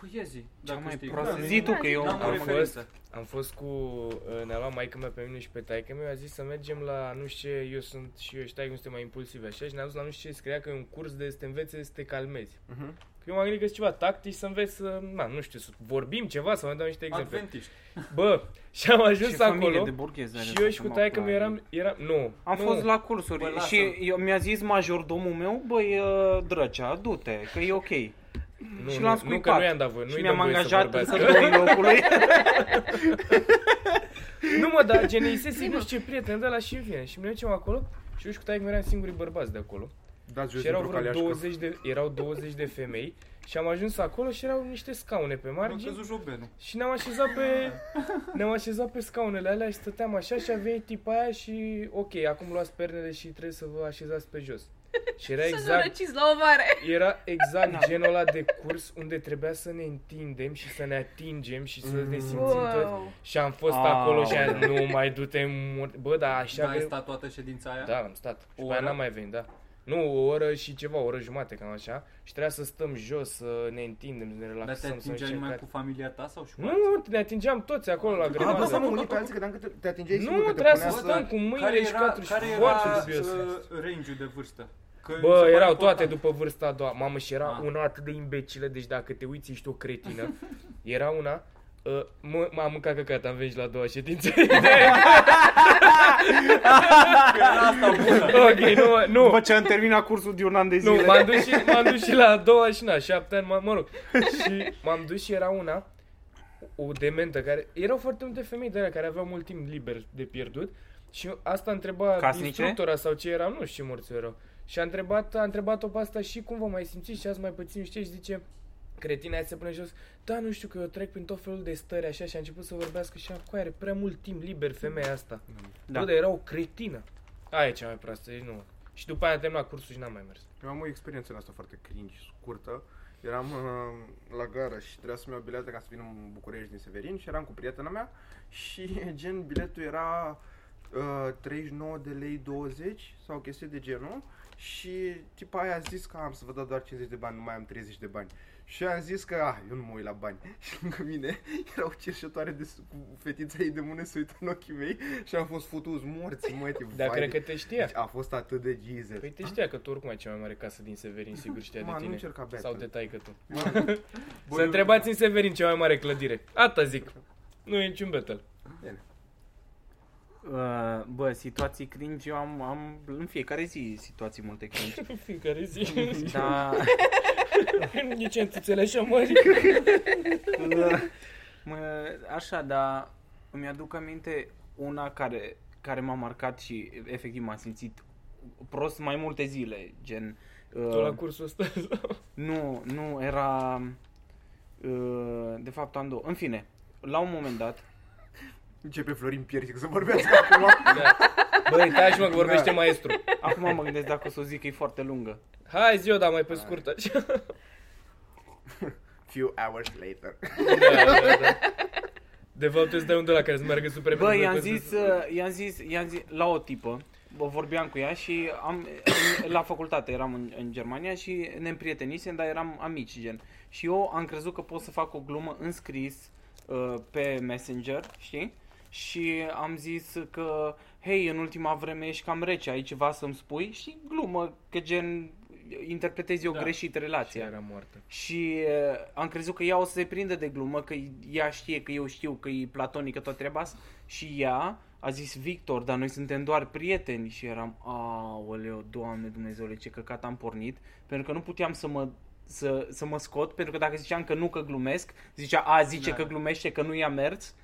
Păi ia zi,
Cea
dacă
mai
știi.
proastă.
Da,
Zi tu
da,
că
zi.
eu
N-am
Am
o
am
fost-
referință.
Am fost cu, uh, ne-a luat maică mea pe mine și pe taică meu, a zis să mergem la, nu știu ce, eu sunt și eu și taică, nu suntem mai impulsivi așa și ne-a dus la nu știu ce, scria că e un curs de să te învețe să te calmezi.
Mhm.
Că eu m-am gândit că sunt ceva tactici să înveți să, na, nu știu, să vorbim ceva, să mai dau niște exemple.
Adventiști.
Bă, și am ajuns
Ce familie
acolo
de burghezi are
și
să
eu și cu
mă
taică meu
plac.
eram, eram, nu,
Am
nu.
fost la cursuri
Bă, lasă-l.
și eu, mi-a zis majordomul meu, băi, uh, drăcea, du-te, că e ok.
nu,
și
nu,
l-am
nu,
scuipat.
că nu i-am dat voie, nu
și
i-am
mi-am angajat în
să
săptămânii locului.
Nu mă, dar gen Isese,
Zi, mă.
nu știu ce prieten de la și în fine. Și ne ducem acolo și eu și cu taică eram singurii bărbați de acolo.
Dați jos
Și erau
dintr-o
vreo
caleașcă.
20 de, erau 20 de femei și am ajuns acolo și erau niște scaune pe
Am
margini
căzut jobenul.
și ne-am așezat pe, ne-am așezat pe scaunele alea și stăteam așa și a venit tipa aia și ok, acum luați pernele și trebuie să vă așezați pe jos. Și era
Să nu
exact,
răciți la o mare.
era exact genul ăla de curs unde trebuia să ne întindem și să ne atingem și să ne simțim toți.
Wow.
Și am fost
Aoleu.
acolo și am, nu mai du-te mur... Bă, dar așa
Da, ai
greu.
stat toată ședința aia?
Da, am stat. Și
O
pe aia
oră?
n-am mai venit, da. Nu, o oră și ceva, o oră jumate, cam așa. Și trebuia să stăm jos, să ne întindem, să ne
Dar te
relaxăm, să
atingeai
mâncăm
numai
carte.
cu Ah, familia ta sau și cu
Nu,
alții?
nu, ne atingeam toți acolo la
A, bă,
grămadă.
s-a mulit pe alții, credeam că te, te atingeai
Nu,
singur, că te
trebuia
punea
să stăm cu
Care
mâinile și
era,
patru și
care
foarte
era
dubios.
uh, range-ul de vârstă? Că mi se
Bă,
pare
erau
important.
toate după vârsta a doua. Mamă, și era
Ah.
una atât de imbecilă, deci dacă te uiți ești o cretină. Era una... Uh, mă, m-am mâncat căcat, am venit la a doua ședință.
Că era asta bună.
ok, nu, nu.
După ce am terminat cursul de un an de zile.
Nu, m-am dus, și, m-am dus și la a doua și na, șapte ani, mă, mă rog. Și m-am dus și era una, o dementă, care... Erau foarte multe femei de alea care aveau mult timp liber de pierdut. Și asta întreba
Casnice?
instructora sau ce era, nu știu ce morți erau. Și a întrebat, a întrebat-o pe asta și cum vă mai simțiți și ați mai puțin știți și zice, cretina aia se pune jos, da, nu știu că eu trec prin tot felul de stări așa și a început să vorbească și acum are prea mult timp liber femeia asta.
Da.
Da. Bă, dar era o cretină. Aia e cea mai proastă, deci nu. Și după aia am terminat cursul și n-am mai mers.
Eu am o experiență în asta foarte cringe, scurtă. Eram uh, la gara și trebuia să-mi iau bilete ca să vin în București din Severin și eram cu prietena mea și gen biletul era uh, 39 de lei 20 sau chestii de genul și tipa aia a zis că am să vă dau doar 50 de bani, nu mai am 30 de bani. Și am zis că, ah, eu nu mă uit la bani. Și lângă mine era o cerșătoare de s- cu fetița ei de mână se uită în ochii mei și am fost futus morți, mă, tip,
Dar
vai
cred
de-
că te știa.
Deci a fost atât de Jesus.
Păi te știa că tu oricum ai cea mai mare casă din Severin, sigur știa
Ma,
de
nu da.
tine.
încerca beata.
Sau de taică tu.
Mă,
Bă,
Să
eu-
întrebați în Severin cea mai mare clădire. Asta zic. Nu e niciun betel.
Uh, bă, situații cringe, eu am, am în fiecare zi situații multe cringe.
În fiecare zi.
Da.
Nici antițele așa mari.
mă, așa, dar îmi aduc aminte una care, care m-a marcat și efectiv m-am simțit prost mai multe zile, gen... Uh,
Tu la cursul ăsta.
Nu, nu, era... Uh, de fapt am două. În fine, la un moment dat...
Începe Florin Piersic să vorbească acum.
Da. Băi, taci mă că vorbește
Da.
maestru.
Acum mă gândesc dacă o să o zic că e foarte lungă.
Hai zi-o, dar mai pe scurt așa.
Few hours later.
Da, da, da. De fapt, trebuie să dai un de la care să meargă super
Bă,
repede,
i-am
pentru că
zis,
să-
uh, i-am zis, i-am zis la o tipă, bă, vorbeam cu ea și am, în- la facultate eram în, în Germania și ne împrietenisem, dar eram amici, gen. Și eu am crezut că pot să fac o glumă în scris uh, pe Messenger, știi? Și am zis că, hei, în ultima vreme ești cam rece, ai ceva să-mi spui? Și glumă, că gen, interpretezi eu
Da.
greșit
Și
relația.
era moartă.
Și uh, am crezut că ea o să se prindă de glumă, că ea știe că eu știu că e platonică toată treaba asta. Și ea a zis, Victor, dar noi suntem doar prieteni. Și eram, aoleu, doamne Dumnezeule, ce căcat am pornit. Pentru că nu puteam să mă, să, să mă scot, pentru că dacă ziceam că nu că glumesc, zicea, a, zice
Da.
că glumește, că nu i-a mers.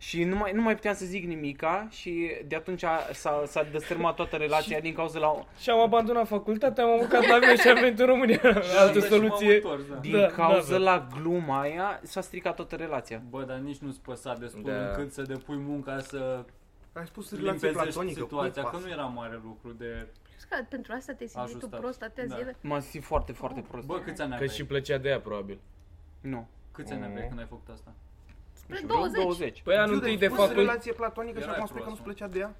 Și nu mai, nu mai puteam să zic nimica și de atunci a- s-a, s-a destărmat toată relația din cauza la...
Și am abandonat facultatea, am urcat la avion și am venit în România. Altă
Și m-am
soluție.
întors, da.
Din
Da,
cauza
n-avea.
la gluma aia s-a stricat toată relația.
Bă, dar nici nu-ți păsa destul
Da.
încât să depui munca să
Ai spus relație
limpezești
platonică, cui
situația, că
pasă?
nu era mare lucru de...
Că pentru asta te simți tu
Ajustat.
prost atâtea
Da.
zile.
M-am simțit foarte, foarte prost.
Bă, câți ani
Că
aveai?
și plăcea de ea, probabil.
Nu.
Câți ani
Mm.
aveai când ai făcut asta?
Spre
Nu știu, vreo
20.
20.
Păi anul
Dude, ai
întâi de
spus
facul...
relație platonică și
Era
acum spui că
prost,
nu-ți plăcea de ea?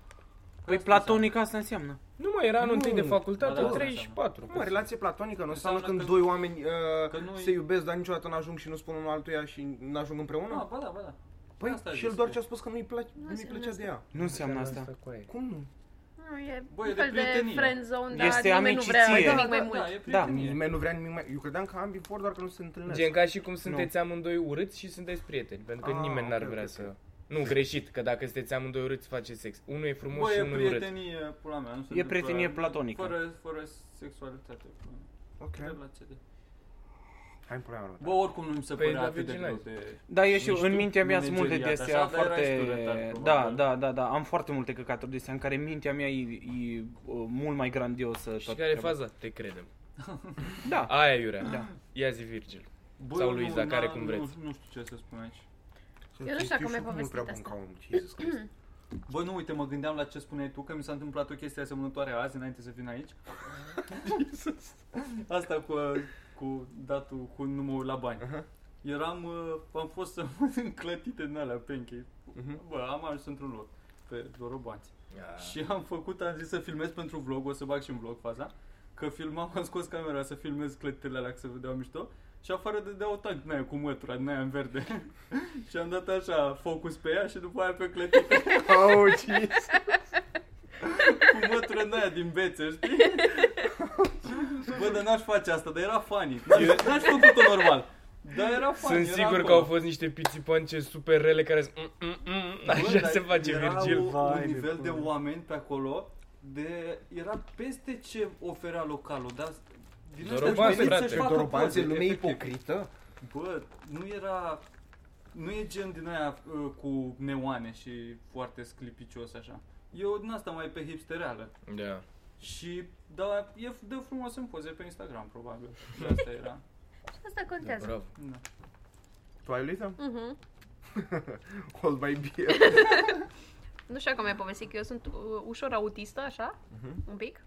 Păi platonic asta înseamnă.
Nu mai era anul întâi de
Nu.
facultate,
Ba da,
3
da,
și
da.
4.
Mă, relație platonică nu înseamnă când
Înseamnă că-
doi oameni uh,
că nu-
se iubesc, dar niciodată nu ajung și nu spun unul altuia și nu ajung
Ah,
împreună?
ba da, ba da.
Păi,
asta
și
zic
el doar
eu.
ce a spus că nu-i plăcea, nu-i
înseamnă
plăcea de
asta.
ea.
Nu înseamnă asta.
Cum nu?
Nu, e
Bă, e
un
de
fel de
prietenie.
friend zone, dar
Este
nimeni nu vrea
amiciție.
nimic mai
da,
mult.
Da, e
Da.
prietenie.
Nimeni nu vrea nimic mai... Eu credeam că ambii vor doar că nu se întâlnesc.
Gen ca și cum sunteți amândoi urâți și sunteți prieteni, pentru că
Ah,
nimeni n-ar
ok,
vrea
ok,
să...
ok.
Nu, greșit, că dacă sunteți amândoi urâți, faceți sex. Unul e frumos
Bă,
și
e
unul e urât.
prietenie, pula mea, nu se
E
întâmplă-
prietenie platonică.
Fără, fără sexualitate. pula mea.
Ok.
Relație de...
Hai în problema următoare.
Bă, oricum nu mi se
Păi,
părea
da,
atât de greu
virginal.
de...
Da, eu știu,
Nu
în
știu,
mintea mea sunt multe de
manageriat,
astea
așa, dar era
foarte...
și tu retard,
Da,
probabil.
da, da, da, am foarte multe căcaturi de astea în care mintea mea e, e uh, mult mai grandiosă.
Și
toată
care e
treaba.
faza? Te credem.
Da.
Aia, Iurea.
Da.
Ia zi, Virgil.
Bă,
Sau
nu,
lui Iza,
n-a-
care cum vreți.
Nu, nu știu ce să spun aici.
Eu nu știu dacă mi-ai povestit asta.
Jesus Christ.
Bă, nu, uite, mă gândeam la ce spuneai tu, că mi s-a întâmplat o chestie asemănătoare azi, înainte să vin aici. Asta cu, uh, cu datul, cu numărul la bani.
Aha.
Eram, uh, am fost să mănânc clătite din alea, pancake.
Mhm. Ah.
Bă, am ajuns într-un loc,
Ah.
pe Dorobanți. Și am făcut, am zis să filmez pentru vlog, o să bag și în vlog faza. Că filmam, am scos camera să filmez clătitele alea, că se vedeau mișto. Și afară dădea o tank din aia cu mătura, din aia în verde. și am dat așa focus pe ea și după aia pe clătite
Oh, jeez.
cu mătură din aia din bețe, știi? Bă, dar n-aș face asta, dar era funny. N-aș- N-aș făcut-o normal. Dar era funny,
Sunt
era
sigur
acolo.
că au fost niște pițipance super rele care sunt... mm, mm, mm,
Bă,
Așa
dar
se face
era
Virgil.
Un, un
Vai de
nivel de
pula.
oameni pe acolo, de, era peste ce oferea localul, dar din ăsta
Dorobanțe,
veniți
frate.
să-și facă
Dorobanțe,
poze,
lume
efectiv.
ipocrită.
Bă, nu era... Nu e gen din aia uh, cu neoane și foarte sclipicios așa. Eu din asta mai pe hipstereală.
Da.
Și, da, e f- de frumos în poze pe Instagram, probabil. De asta era.
Asta
Da,
contează.
bravo.
Da.
Tu ai, Luisa?
Mhm.
Hold my beer.
Nu știu cum mi-ai povestit că eu sunt uh, ușor autistă, așa, un pic.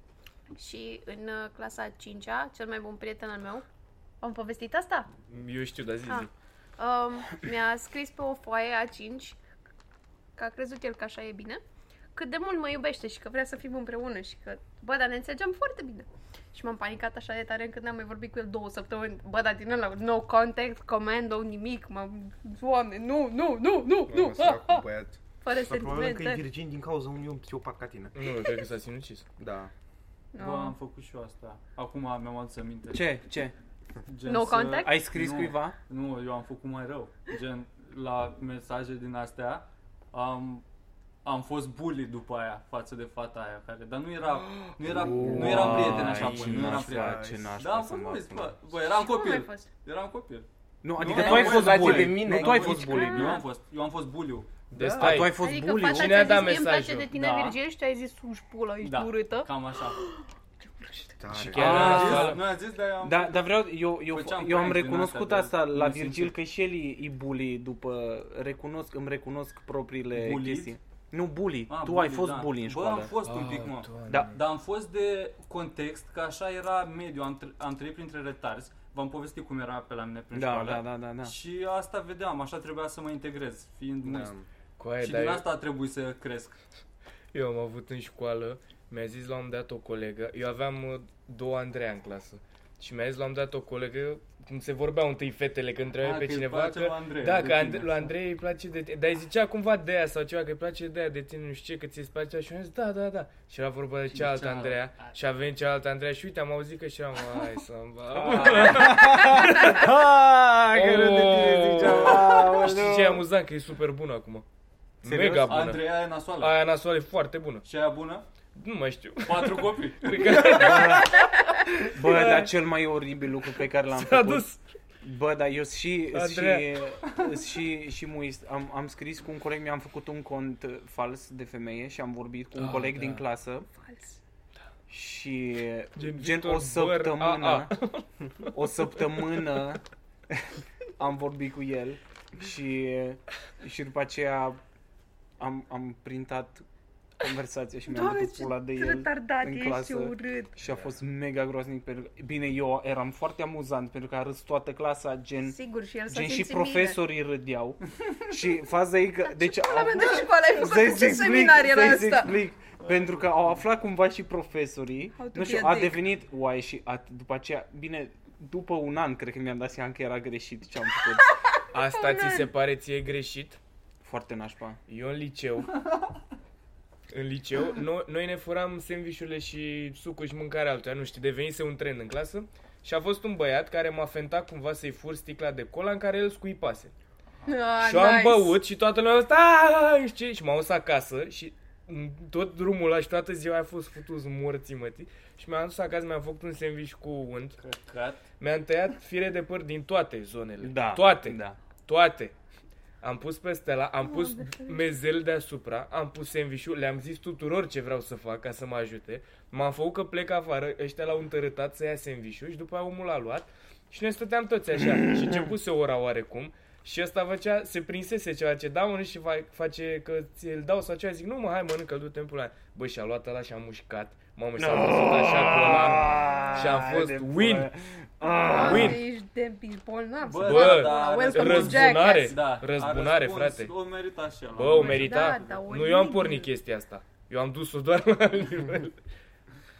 Și în uh, clasa 5-a, cel mai bun prieten al meu, am povestit asta?
Eu știu, dar zi,
Ah.
zi.
Um, mi-a scris pe o foaie A5 că a crezut el că așa e bine, cât de mult mă iubește și că vrea să fim împreună și că, bă, dar ne înțelegeam foarte bine. Și m-am panicat așa de tare încât n-am mai vorbit cu el două săptămâni. Bă, dar din ăla, no contact, commando, nimic, m-am... Doamne, nu, nu, nu, nu, nu, ah,
Săracul
ah,
băiat.
fără
Dar probabil că e
sentimente.
virgin din cauza unui om psihopat ca tine.
Nu, cred că s-a sinucis.
Da.
Bă, am făcut și eu asta. Acum mi-am adus aminte.
Ce? Ce?
Gen
No
să-
contact?
Ai scris
Nu.
cuiva?
Nu, eu am făcut mai rău. Gen, la mesaje din astea, am, am fost bully după aia, față de fata aia care... Dar nu era, nu era, nu eram prieten așa
Uai,
bun, nu eram
nașpa,
prieten.
ce nașpa
Da, am
să mă
fost,
ascund.
bă, bă, eram
Cum ai
copil.
fost?
Eram copil.
Nu,
Nu,
adică
nu
tu ai
am
fost
fost
bully.
de
mine.
Nu,
Tu ai
nu,
fost bully,
Eu am
nu?
fost, eu am fost bully
De
Da, tu
Deci
ai
stai.
fost
Adică
bully.
fata
Cine
ți-a
a dat
zis, mie îmi place
mesajul?"
de tine,
Da.
Virgil, și tu ai zis, uși pula, ești
Da,
urâtă.
cam așa.
Tare.
chiar era
Ah.
scoală.
Nu am zis, dar eu am...
Da, dar vreau, eu, eu,
Făceam
eu am
prank din
recunoscut
astea de-
asta la
nu simțit.
Virgil că și el e, e bully după, recunosc, îmi recunosc propriile
Bullied?
chestii. Nu, bully,
Ah,
tu ai
bully,
fost
da.
bully în
Bă, am
școală.
fost un pic, mă.
Da.
Dar am fost de context că așa era mediu, am, tr- am trăit printre retarzi. V-am povestit cum era pe la mine prin
Da,
școală.
da, da, da, da.
Și asta vedeam, așa trebuia să mă integrez, fiind da.
Da.
must.
Coaie,
Și
dar
din
eu-
asta a trebuit să cresc.
Eu am avut în școală, mi-a zis la un moment dat o colegă, eu aveam uh, două Andreea în clasă. Și mi-a zis la un moment dat o colegă, cum se vorbeau întâi fetele când întrebai
Ah,
pe
că îi
cineva
place
că...
lui Andrei,
da, că
de tine,
Andre- lui
sau-
Andrei îi place de tine. Dar îi zicea cumva de aia sau ceva, că îi place de aia de tine, nu știu ce, că ți se place așa. Și eu am zis, da, da, da. Și era vorba de cealaltă
cealaltă.
Andreea. Și a venit cealaltă Andreea și uite, am auzit că și eram, hai să
Ah,
Ha, că râde
Oh!
tine ziceam. aoleu.
Oh, Știi ce e amuzant? Că e super bună acum.
Serios?
Mega Da, bună.
Andreea e nasoală.
Aia nasoală e foarte bună.
Și aia bună?
Nu mai știu.
Patru copii.
Cred că
Bă, dar cel mai oribil lucru pe care l-am
s-a
făcut.
dus.
Bă, dar eu și, și,
Andreea.
și, și muist, am, am scris cu un coleg, mi-am făcut un cont uh, fals de femeie și am vorbit cu un
Ah,
coleg
da.
din clasă
Fals.
și
Gen
gen,
Victor
o
Băr,
săptămână,
AA.
o săptămână am vorbit cu el și, și după aceea am, am printat conversația și mi-am dat pula de el
retardat
în
ești
clasă.
urât.
și a fost mega groaznic pentru că, bine, eu eram foarte amuzant pentru că a râs toată clasa, gen,
Sigur, și el s-a
Gen și
simțit
profesorii râdeau și faza e că... Deci, au,
Bine. De școală ai
să-i
făcut ce
explic,
seminar era
să-i
asta?
explic, pentru că au aflat cumva și profesorii,
How to
nu știu,
be a
a
dick.
devenit uai și at, după aceea, bine, după un an cred că mi-am dat seama că era greșit ce am făcut.
Asta ți se pare ție greșit?
Foarte nașpa.
Eu în liceu În liceu noi, noi ne furam sandvișurile și sucuri și mâncare altuia Nu știu, devenise un trend în clasă Și a fost un băiat care m-a fentat cumva să-i fur sticla de cola în care el scuipase
Ah,
Și eu am băut și toată lumea a zis "Aaa!" și ce? Și m-a dus acasă și în tot drumul ăla și toată ziua a fost futuz morții mătii Și mi-am dus acasă, mi-am făcut un sandwich cu unt
Cat.
Mi-am tăiat fire de păr din toate zonele
Da.
Toate
Da.
toate. Am pus pe stela, am pus mezel deasupra, am pus sandvișul, le-am zis tuturor ce vreau să fac ca să mă ajute. M-am făcut că plec afară, ăștia l-au întărâtat să ia sandvișul și după aia omul l-a luat și noi stăteam toți așa. și începuse ora oarecum și ăsta făcea, se prinsese ceva ce dau unul și fa- face că ți-l dau sau ceva, zic nu mă, hai mănâncă, du-te în pula mea." Bă, și-a luat ăla și a mușcat, mamă, și s-a văzut așa cu ăla. Și a
Hai
fost
de
win.
pula. Ah.
Win.
Ah, Ești de ești bolnav.
Bă,
să
Bă,
facă
da,
la Welcome to
răzbunare.
Jackass.
Da,
Răzbunare,
a răspuns,
frate.
O merita și el.
Bă, o
Da,
merita.
dar
nu eu am
oribil.
pornit chestia asta. Eu am dus-o doar la nivel.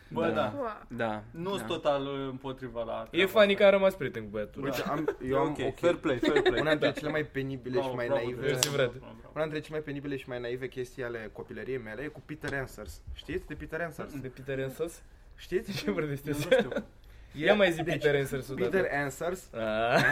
Bă, da.
Ua.
Da.
Nu
da.
sunt total uh, împotriva la
E
treaba
funny că
asta.
a rămas prieten cu băiatul.
Uite, am, eu am,
ok, fair play, fair play.
Una
da.
dintre cele mai penibile și mai naive.
Mersi, frate.
Una dintre cele mai penibile și mai naive chestii ale copilăriei mele e cu Peter Answers. Știți de Peter Answers?
De Peter Ansers?
Știți?
Mm. Ce vorbește
Eu nu
asta?
știu.
Ia mai zi
Deci,
Peter Ansers odată.
Peter Answers
Ah.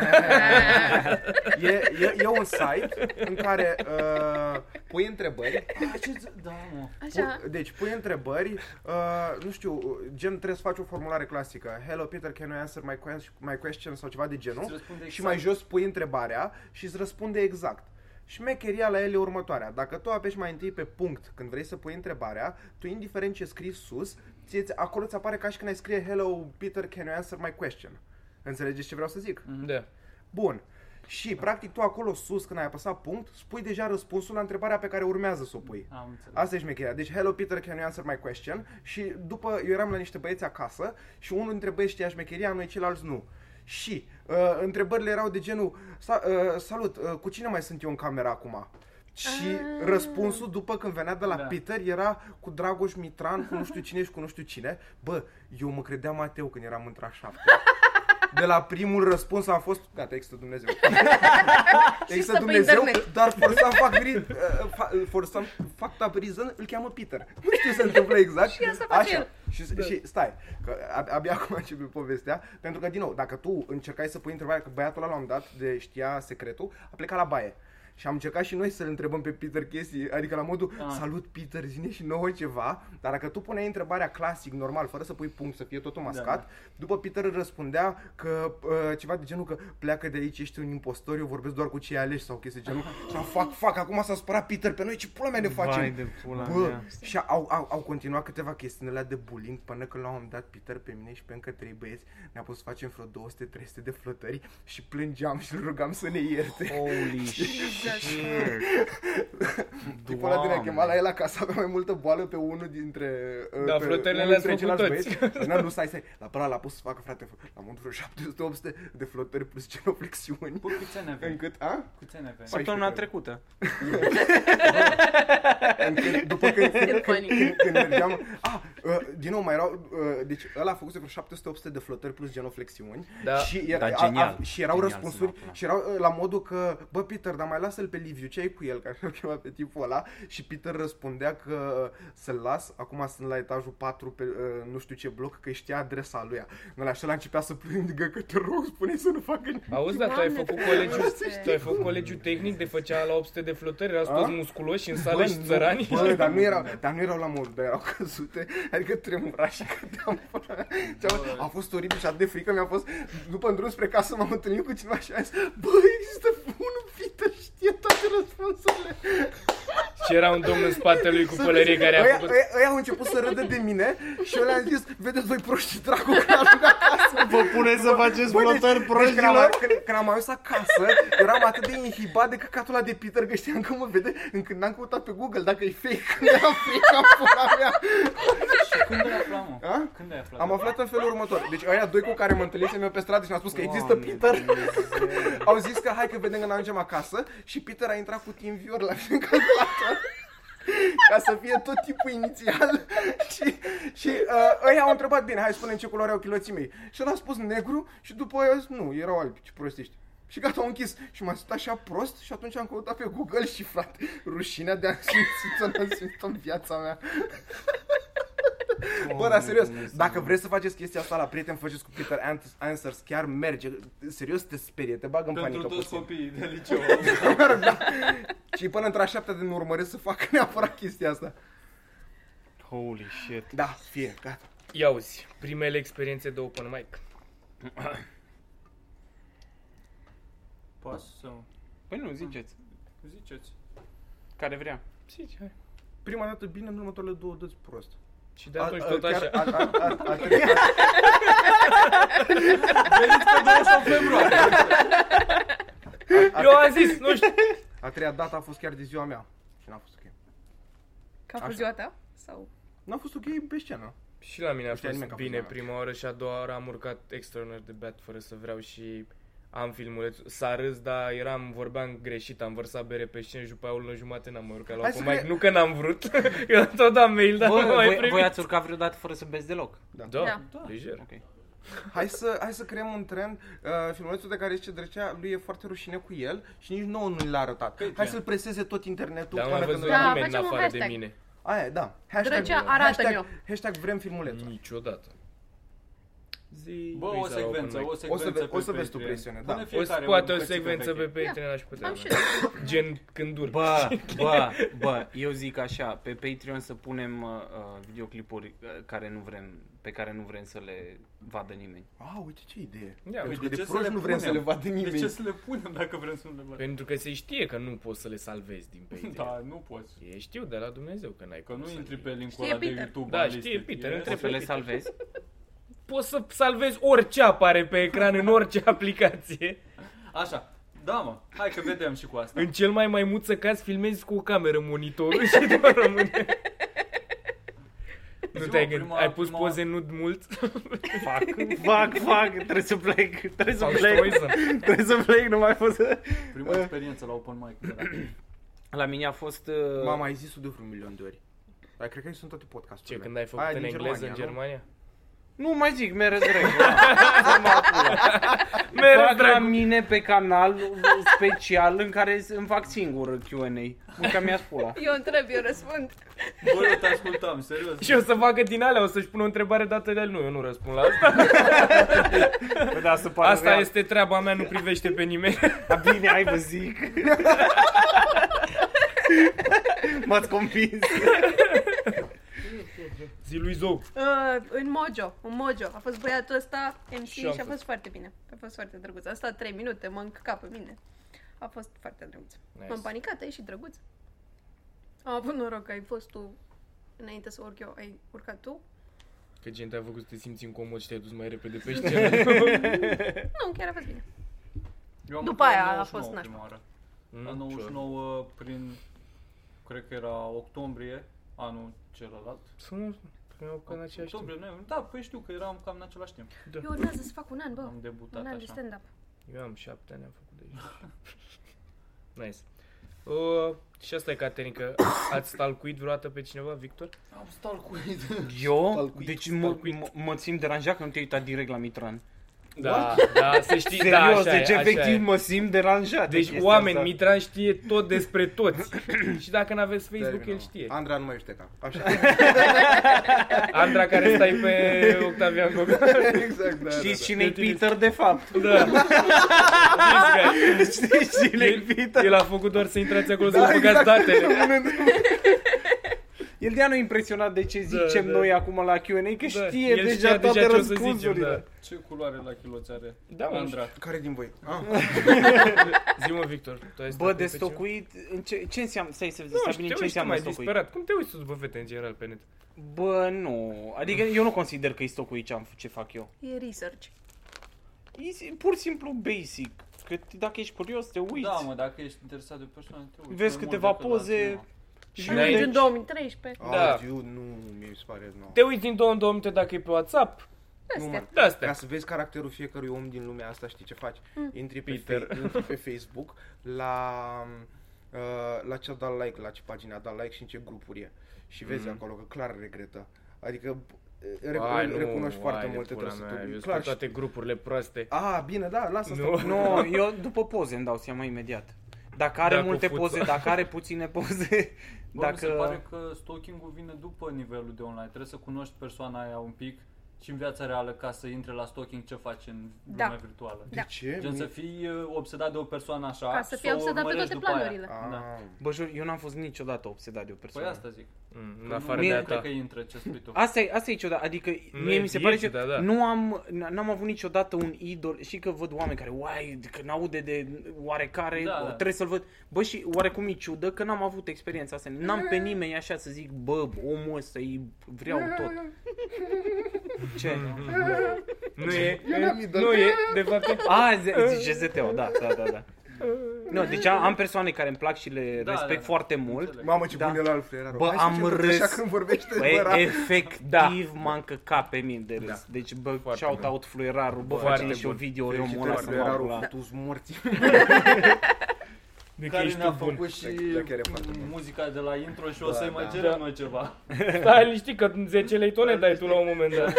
e, e, e un site în care uh, pui întrebări
A, ce Da, mă.
Așa.
Pu- Deci, pui întrebări, uh, nu știu, gen trebuie să faci o formulare clasică. Hello, Peter, can you answer my, quest- my question? Sau ceva de genul.
Îți răspunde
Și
exact.
mai jos pui întrebarea și îți răspunde exact. Și mecheria la el e următoarea. Dacă tu apeși mai întâi pe punct când vrei să pui întrebarea, tu indiferent ce scrii sus, ție, acolo ți apare ca și când ai scrie Hello, Peter, can you answer my question? Înțelegeți ce vreau să zic?
Mm.
Da.
Bun. Și, practic, tu acolo sus, când ai apăsat punct, spui deja răspunsul la întrebarea pe care urmează să o pui.
da, Am înțeles.
Asta e șmecheria. Deci, hello Peter, can you answer my question? Și după, eu eram la niște băieți acasă și unul dintre băieți știa șmecheria, noi ceilalți nu. Și uh, întrebările erau de genul, "Sa- uh, salut, uh, cu cine mai sunt eu în cameră acum? Și
Ah.
răspunsul după când venea de la
Da.
Peter era cu Dragoș Mitran, cu nu știu cine și cu nu știu cine. Bă, eu mă credeam Mateu când eram într-a șaptea. De la primul răspuns am fost, gata, există Dumnezeu.
stă pe
există Dumnezeu,
internet.
dar for some, fuck, re- uh, fa- for some fucked up reason îl cheamă Peter. Nu știu ce se întâmplă exact.
Și asta face el.
Și,
da.
și stai, că ab- abia acum începe povestea, pentru că, din nou, dacă tu încercai să pui întrebarea, că băiatul ăla l-am dat de știa secretul, a plecat la baie. Și am încercat și noi să-l întrebăm pe Peter chestii, adică la modul,
Ah.
salut Peter, zine și nouă ceva, dar dacă tu puneai întrebarea clasic, normal, fără să pui punct, să fie totul mascat,
da.
după Peter îl răspundea că uh, ceva de genul că pleacă de aici, ești un impostor, eu vorbesc doar cu cei aleși sau chestii de genul. Sau fac, fac, acum s-a spărat Peter pe noi, ce pula mea ne facem?
Vai de pula
Bă,
mea.
și au, au, au continuat câteva chestiuni alea de bullying până când la un moment dat Peter pe mine și pe încă trei băieți ne-a pus să facem vreo 200-300 de flotări și plângeam și îl rugam să ne ierte.
Holy
Jesus.
Tipul ăla din a chemat la el acasă avea mai multă boală pe unul dintre... uh,
Da,
pe
flotările
unul
le-ați
dintre
făcut
ceilalți
toți.
băieți. Păi Nu, nu, stai, stai. La până l-a pus să facă, frate, la mult vreo 700-800 de flotări plus genoflexiuni.
Bă, cu ce ne
Păi.
veni?
Încât, a?
Cu ce ne veni?
Păi,
Săptămâna
știu că-
trecută.
Încât, după când, când, când,
funny.
când, când mergeam... A, uh, din nou mai erau... uh, Deci ăla a făcut vreo 700-800 de flotări plus genoflexiuni.
Da,
și, era,
da,
a-
genial.
a- și erau
Genial,
răspunsuri
sunat, da.
și erau uh, la modul că, bă, Peter, dar mai lasă-l pe Liviu, ce ai cu el? Că așa îl chema pe tipul ăla și Peter răspundea că uh, să-l las, acum sunt la etajul 4 pe uh, nu știu ce bloc, că știa adresa lui. Nu la așa începea să plângă că te rog, spune să nu facă nimic.
Auzi, dar tu ai
Doamne,
făcut
ferește.
colegiu, tu ai făcut colegiu tehnic de făcea la 800 de flotări, erați
A?
toți musculoși în sală și
nu,
țărani.
Bă, dar nu erau, dar nu erau la mor, dar erau căzute, adică tremura și cădeam până- Ceam- A fost oribil și atât de frică mi-a fost, după în drum spre casă m-am întâlnit cu cineva și a zis, bă, există unul Peter, știe toate răspunsurile.
Și era un domn în spatele lui cu pălărie care a
Ăia-
făcut...
ăia- ăia au început să râdă de mine și eu le-am zis, vedeți voi proști dracu că ajung acasă.
Vă pune să faceți
Bă, deci-
flotări
deci când, am,
proștilor?
când, când am ajuns acasă, eram atât de inhibat de căcatul ăla de Peter că știam că mă vede încât n-am căutat pe Google dacă e fake, mi-a frică pula mea.
Și când ai aflat, mă?
A?
Când ai aflat?
Am aflat în felul următor. Deci ăia doi cu care mă întâlnisem eu pe stradă și mi-a spus că există Peter. Au zis că hai că vedem când ajungem acasă și Peter a intrat cu TeamViewer la mine în calculator. Ca să fie tot tipul inițial Și, și uh, ăia au întrebat Bine, hai spune ce culoare au chiloții mei Și el a spus negru și după aia a zis Nu, erau albi, ce prostiști și gata, au închis. Și m-a simțit așa prost și atunci am căutat pe Google și, frate, rușinea de a simți să n-am simțit în viața mea. Bă, dar serios, dacă vreți să faceți chestia asta la prieten, faceți cu Peter Ant- Answers, chiar merge. Serios, te sperie, te bag în
Pentru
panică
toți
puțin.
copiii de liceu.
Și până într-a șaptea de nu urmăresc să fac neapărat chestia asta.
Holy shit.
Da, fie, gata.
Ia uzi, primele experiențe de open mic.
Poți să...
Păi nu, ziceți.
Ziceți.
Care vrea.
Zici, hai.
Prima dată bine, în următoarele două dăți prost.
Și de atunci tot așa.
A, a, a, a, treia-
Eu am zis, nu știu.
a treia dată a fost chiar de ziua mea. Și n-a fost ok.
Ca a
Așa.
fost ziua ta? Sau...
N-a fost ok pe scenă.
Și la mine a
Nu știa
fost
nimeni că a fost
bine
mea.
prima oară și a doua oară am urcat extraordinar de bat fără să vreau și Am filmulețul. S-a râs, dar eram, vorbeam greșit, am vărsat bere pe scenă și după aia o lună jumate n-am mai urcat la
Hai
open
să
mic.
cre-
Nu că n-am vrut, eu am tot am mail, dar
Bă,
nu mai
voi,
primit.
voi ați urcat vreodată fără să beți deloc?
Da,
Da.
da, lejer.
Ok.
Hai să, hai să creăm un trend. Uh, filmulețul de care zice Drăcea, lui e foarte rușine cu el și nici nouă nu l-a arătat. hai să-l preseze tot internetul
Dar am
până
mai
când...
văzut
Da,
nimeni în
facem un
afară de
hashtag.
mine.
Aia, e, da.
Drăcea, arată-mi
hashtag, hashtag vrem filmulețul.
Niciodată. Zi,
Bă, o
Luisa,
secvență,
open mic.
o secvență
O să ve-
pe
o să vezi tu
Patreon.
presiune, da.
Pune
O să-
O să
fiecare
poate
un
o
text
secvență pe
veche.
Patreon aș putea.
Am
da.
și
Gen când urc.
Bă, bă, bă, eu zic așa, pe Patreon să punem uh, uh, videoclipuri uh, care nu vrem, pe care nu vrem să le vadă nimeni.
A, uite ce idee.
Ia,
Pentru
uite,
că
de
de
ce să
proști
le
nu vrem să
punem?
le vadă
De ce
nimeni.
să le punem dacă vrem să nu le luăm?
Pentru că se știe că nu poți să le salvezi din Patreon.
Da, nu poți.
E știu de la Dumnezeu că n-ai
Că
cum
nu
să
intri
le-
pe linkul
Știe
ăla de
Peter.
YouTube.
Da,
unlisted.
știe Peter,
E-
între-
Poți să le salvezi?
Poți să salvezi orice apare pe ecran în orice aplicație.
Așa, da mă, hai că vedem și cu asta.
În cel mai maimuță caz filmezi cu o cameră monitorul și doar rămâne. Nu
Zi-mă,
te-ai gândit,
prima-
ai pus
prima-
poze nud mult?
Fac, fac, fac, trebuie să plec, trebuie să
Sau
plec,
Stoizen?
trebuie să plec, nu mai pot să...
Prima experiență la open mic. era.
La mine a fost... Uh,
M-am mai zis de un milion de ori. Dar cred că sunt toate podcasturile.
Ce, când ai făcut
Aia
în
din
engleză în
Germania, nu?
Germania?
Nu mai zic, mereu drag. Mereu
Mereu,
drag. la
dragul!
mine pe canal special în care îmi fac singur Q&A. Munca mi-a spula.
Eu întreb, eu răspund.
Bă, eu te ascultam, serios.
Și o să facă din alea, o să-și pună o întrebare dată de el. Nu, eu nu răspund la asta.
Bă, da, să pară
Asta
real.
este treaba mea, nu privește pe nimeni.
Da, Bine, hai vă zic. M-ați convins.
Zi lui Zou.
Uh, în Mojo, în Mojo. A fost băiatul ăsta MC
Și
și,
am
a
fost.
fost foarte bine. A fost foarte drăguț. A stat 3 minute, mă încăca pe mine. A fost foarte drăguț.
Nice.
M-am panicat, a ieșit drăguț. Am avut noroc că ai fost tu înainte să urc eu, ai urcat tu.
Că gen te-a făcut să te simți incomod și te-ai dus mai repede pe scenă.
Nu, chiar a fost bine.
Eu am
După
urcat
aia
la
a
99
fost
prima oară. La
Nu,
99 prin, cred că era octombrie, anul celălalt.
Sunt, eu că în aceeași timp.
Octombrie, noiembrie. Da, păi știu că eram cam în același timp.
Eu urmează să fac un an, bă.
Am debutat
Un an de
așa.
stand-up.
Eu am șapte ani, am făcut deja. nice. Uh, și asta e Caterin, că ați stalcuit vreodată pe cineva, Victor?
Am stalkuit.
Eu? Deci mă, mă, mă simt deranjat că nu te-ai uitat direct la Mitran.
Da, da, se știe, da,
Serios,
așa
deci
e, așa
efectiv
e.
mă simt deranjat.
Deci
chestia
oameni,
asta.
Mitran știe tot despre toți. și dacă n-aveți Facebook,
Termină,
el
mă.
știe.
Andra nu mai aștepta. Așa.
Andra care stai pe Octavian Goga.
exact, da,
Știți
da,
cine-i Peter de fapt?
Da. This guy.
Știi cine
El- El a făcut doar să intrați acolo să vă băgați
exact.
datele.
El de nu impresionat de ce zicem
da.
noi acum la Q&A, că
Da,
știe
el
deja
știa
toate
ce o să zicem,
răspunsurile.
Ce culoare la chiloți are?
Da, mă,
Andra.
da. Care din voi? Ah.
da. Zi-mă, Victor, tu ai
deci
stalkuit pe cineva?
Bă, destocuit, în ce, ce înseamnă, stai să
Nu,
stabilim
știu,
ce
ești
înseamnă
mai
destocuit.
disperat. Cum te uiți tu după fete în general pe net?
Bă, nu. Adică eu nu consider că e stocul ce, am, ce fac eu.
E research.
E si- pur și simplu basic. Că t- dacă ești curios, te uiți.
Da, mă, dacă ești interesat de persoană, te uiți.
Vezi
mai mult
câteva
decât la
poze.
altceva.
Și
Eu
Deci-
în 2013.
Da.
Ah, eu nu, mi se pare, nu.
Te uiți din două în două minute dacă e pe WhatsApp.
Astea.
De
Ca
astea. Mm.
să vezi caracterul fiecărui om din lumea asta, știi ce faci? Intri pe,
Peter.
fa- intri pe Facebook la, uh, la ce a dat like, la ce pagina a dat like și în ce grupuri e. Și vezi
Mhm.
acolo că clar regretă. Adică
Ai,
recu-
nu,
recunoști foarte
ai de
multe
pula mea, Eu
trăsături.
sunt pe
Clar, și...
toate grupurile proaste.
A, bine, da, lasă asta.
Nu.
Nu, eu după poze îmi dau seama imediat. Dacă are
Dacă
multe
fut-
poze, dacă are puține poze,
Bă,
dacă...
mi se pare că stalking-ul vine după nivelul de online. Trebuie să cunoști persoana aia un pic și în viața reală ca să intre la stalking ce faci în
Da.
lumea virtuală.
De
Da.
ce?
Gen să fii uh, obsedat de o persoană așa
Ca să fii
o
obsedat pe
urmărești
toate
după aia.
planurile.
Ah,
Da.
Bă, jur, eu n-am fost niciodată obsedat de o
Păi
persoană.
asta zic.
Mm, În
Că
afară
nu
de
mie-
a
cred
ta.
că e între ce spui tu.
Asta e, asta e ciudat, adică
Nu
mie
e
mi se pare
ciudat,
că
da.
nu am, n- n-am avut niciodată un idol și că văd oameni care, uai, că n-aude de oarecare,
Da,
da,
da.
trebuie să-l văd. Bă, și oarecum e ciudă că n-am avut experiența asta, n-am pe nimeni așa să zic, bă, omul ăsta, îi vreau tot. Ce?
Nu e,
Eu n-am idol.
nu e, de fapt e.
A, ze- zice ZTO, da, da, da, da. Nu, deci am am persoane care îmi plac și le
Da,
respect
da, da.
foarte mult.
Înțeleg.
Mamă, ce
Da.
bun el Alfred era.
Bă,
Hai să
am
facem tot
râs.
Așa când vorbește, bă,
Bă,
era- Da.
efectiv m-a încăcat pe mine de râs. Deci, bă,
Da. Foarte
shout
bun.
out fluierarul, bă,
Foarte
face și o
bun.
video eu omul ăla
Felicitări,
să mă
Fluierarul, Da.
apuc
Da.
la...
futu-s morții. Adică
De că
care
ești
ne-a
tu bun.
făcut și
Da, chiar e foarte bun.
muzica de la intro și o
Da,
să-i mai
da.
cerem noi ceva.
Stai liniștit că 10 lei tot ne dai tu la un moment dat.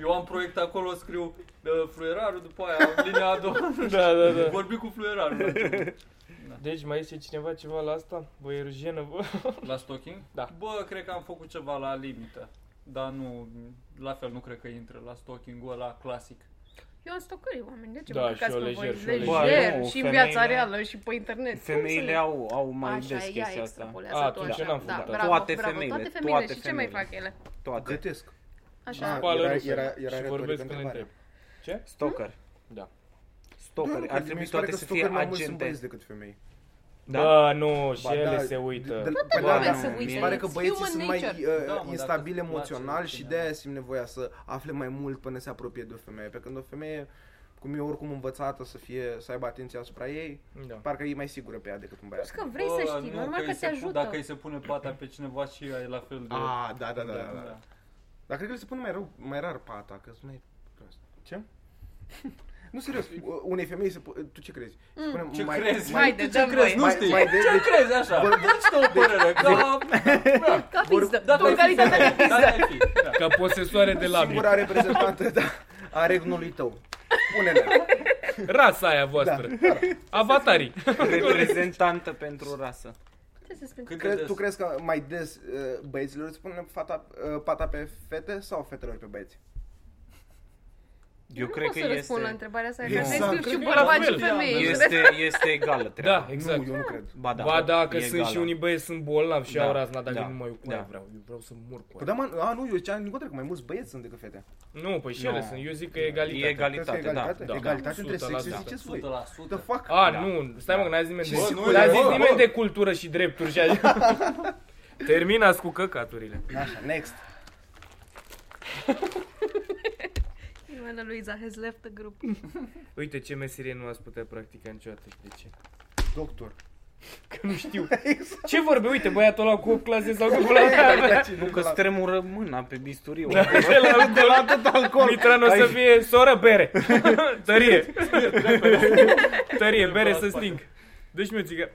Eu am proiect acolo, scriu uh, fluierarul, după aia linia a doua.
Da, da, da.
Vorbi cu fluierarul. la început.
Deci mai este cineva ceva la asta? Bă, e rujenă, bă.
La stalking?
Da.
Bă, cred că am făcut ceva la limită. Dar nu, la fel nu cred că intră la stalking-ul ăla clasic.
Eu am stocării oameni, de ce
Da,
mă
și
căcați
eu
pe
lejer,
voi?
și eu lejer.
Bă,
Lejer
nu,
și în viața
femeile-
reală și pe internet. Cum să
Femeile
nu-
au, au mai
Așa,
des
ea
chestia asta.
extrapolează
A,
tu
atunci
așa.
n-am făcut
da,
asta.
bravo,
Toate
bravo.
femeile,
Toate femeile.
toate
și ce mai
femeile.
fac ele?
Toate.
Gătesc.
Așa.
Da.
Spală
era-
rufele
era- era
și
retorică
vorbesc când le
întrebarea.
întreb. Ce?
Stalker.
Da.
Nu,
Stalker.
că Da,
Ar
mi
trebui
se pare
toate
că
să fie
stalker mai mulți sunt
agente.
băieți decât femei.
Da,
Da.
nu, și
Ba
ele
da,
se uită.
de- de-
Toată
ba da,
lumea
nu,
se
Mi se
uită.
pare că
It's
băieții
human
sunt mai
nature.
Da, mă,
uh,
dacă
instabili
îți place
emoțional și
cineva.
de-aia simt nevoia să afle mai mult până se apropie de o femeie. Pe când o femeie, cum e oricum învățată să fie, să aibă atenție asupra ei,
Da.
parcă e mai sigură pe ea decât un
Plus
băiat.
că vrei să
Bă,
știi,
nu,
normal că
îi
te
se pu-
ajută.
Dacă îi se pune pata pe cineva și ea e la fel de...
Ah, da, da, da, da, da.
da.
Dar cred că se pune mai, rău, mai rar pata, că sunt mai prost. Ce? nu, serios, unei femei se pu- Tu ce crezi? Se pune
Ce
mai,
crezi?
Mai,
Haide,
tu ce
dă-mi
crezi?
voie.
Nu
Mai-
știi.
mai de-
ce
deci-
crezi așa?
Vor-
Dă-ți o părere. Ca... Da.
Ca pizdă.
Da,
Doar calitatea de
Da,
pizdă.
ai fi. Da.
Ca posesoare de labi.
singura reprezentantă da, a regnului tău. Pune-le.
Rasa aia voastră.
Da,
Avatarii.
Reprezentantă pentru rasă.
Ce să spun?
Cât de
Cre-
des?
tu crezi că mai des uh, băieților îți pune fata, uh, pata pe fete sau fetelor pe băieți?
Eu
nu
cred
pot
că
să răspund la
este...
întrebarea asta, că
Exact.
exact. știu
Cred
și
că e
bărbați
la
și
fel.
femei.
Este, este egală treaba.
Da, exact.
Nu, eu nu cred.
Ba da,
Ba da, că
e
sunt și
egală.
unii băieți sunt bolnavi și
Da,
au razna, dar
da,
eu nu mai
da.
da. vreau. Eu vreau să mor cu
Păi
aia.
da, mă, a, nu, eu ce am încontre că mai mulți băieți sunt decât fete.
Nu, păi și ele
Nu.
sunt. Eu zic că e
E
egalitate.
Crezi că
egalitate,
e egalitate?
da. da.
egalitate între sexe
100%.
ziceți voi. What
100%.
the fuck?
A,
Da.
nu, stai mă, că n-a zis nimeni, de,
Bă,
bă,
nu,
n-a
bă,
zis
bă.
nimeni de cultură și drepturi și așa. Terminați cu căcaturile.
Așa, next.
Ioana Luiza has left the group.
Uite ce meserie nu ați putea practica niciodată și de ce.
Doctor.
Că nu știu. Ce vorbe? Uite, băiatul ăla cu 8 clase sau cu la Da.
Nu,
Că
la-
stremură mâna pe bisturiu.
de la alcool. la tot alcool. Mitran o să fie soră bere. Tărie. Tărie, bere să sting. Deci mi-o țigară.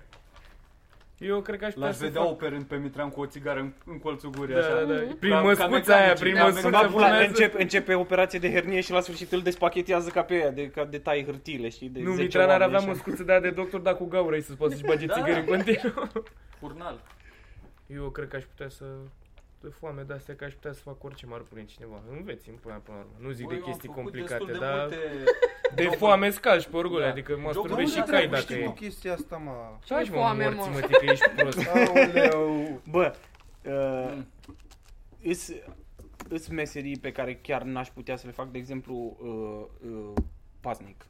Eu cred că aș putea
L-aș
să
vedea
fac...
operând pe Mitran cu o țigară în, în colțul gurii,
Da,
așa.
da, da. Prin
Ca- ca
măscuța aia,
mecanicii.
prin
Da,
măscuța
mecanicii.
Pula,
urmează.
începe, începe operație de hernie și la sfârșit îl despachetează ca pe aia, de, ca de tai hârtile, știi? De
Nu,
10
Mitran ar
oameni
avea
și-
măscuță de aia de doctor, dar cu gaură, ei să-ți poți să-și bage
Da.
țigări în continuu.
Purnal.
Eu cred că aș putea să... De foame de astea, că aș putea să fac orice m-ar pune cineva. Înveți îmi până până la urmă. Nu zic
Băi,
de
eu am
chestii
făcut
complicate, da.
destul de
dar...
multe-
De foame scalci pe orgole,
Da.
adică mă
Jocul
strâmbești și
ăla
cai
trebuie
dacă
Știi
e.
tu chestia asta, mă.
Taci mă,
foame,
morți
mă.
mă, tii, că ești prost.
Aoleu.
Bă,
Mm.
uh, îs, îs meserii pe care chiar n-aș putea să le fac, de exemplu, uh, uh, paznic.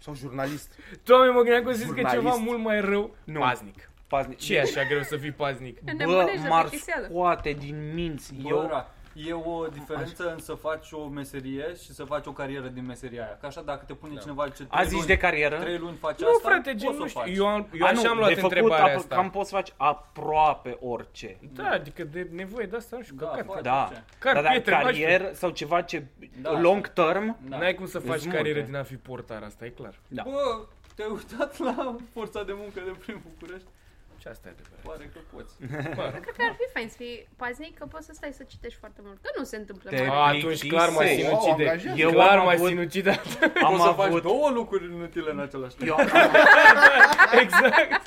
Sau jurnalist.
Doamne, mă gândeam că zis că
Jurnalist.
ceva mult mai rău.
Nu.
Paznic.
Paznic. Deci,
Ce e așa greu să fii paznic?
Bă,
Nebunești de
m-ar
plictiseală.
scoate din minți.
Eu...
da.
Eu,
E o diferență în să faci o meserie și să faci o carieră din meseria aia. Că așa dacă te
Da.
pune cineva ce
a zis de carieră?
3 luni faci
Nu,
asta,
frate, gen,
poți
nu
să
știu.
faci.
Eu, am, eu
A, nu,
așa am
de
luat
făcut,
întrebarea
apro-
asta.
Cam poți să faci aproape orice.
Da, adică de nevoie de asta, nu știu,
Da,
căcat.
faci.
Da.
orice.
Car
Dar da,
pietre, nu știu.
carier sau ceva ce
Da.
long term,
Da.
N-ai cum să faci
Sunt
carieră
multe.
din a fi portar, asta e clar.
Da.
Bă, te-ai uitat la forța de muncă de prin București?
Și asta e adevărat.
Pare că poți.
Bă,
Cred că ar fi fain să fii paznic, că poți să stai să citești foarte mult. Că nu se întâmplă.
Te-
mare.
A, atunci clar mai
Plictisei.
Wow,
sinucide.
angajat.
Eu
Eu
clar
am
mai
avut-
sinucide.
am
Poți să faci
avut...
două lucruri inutile în același timp.
Eu am,
Exact.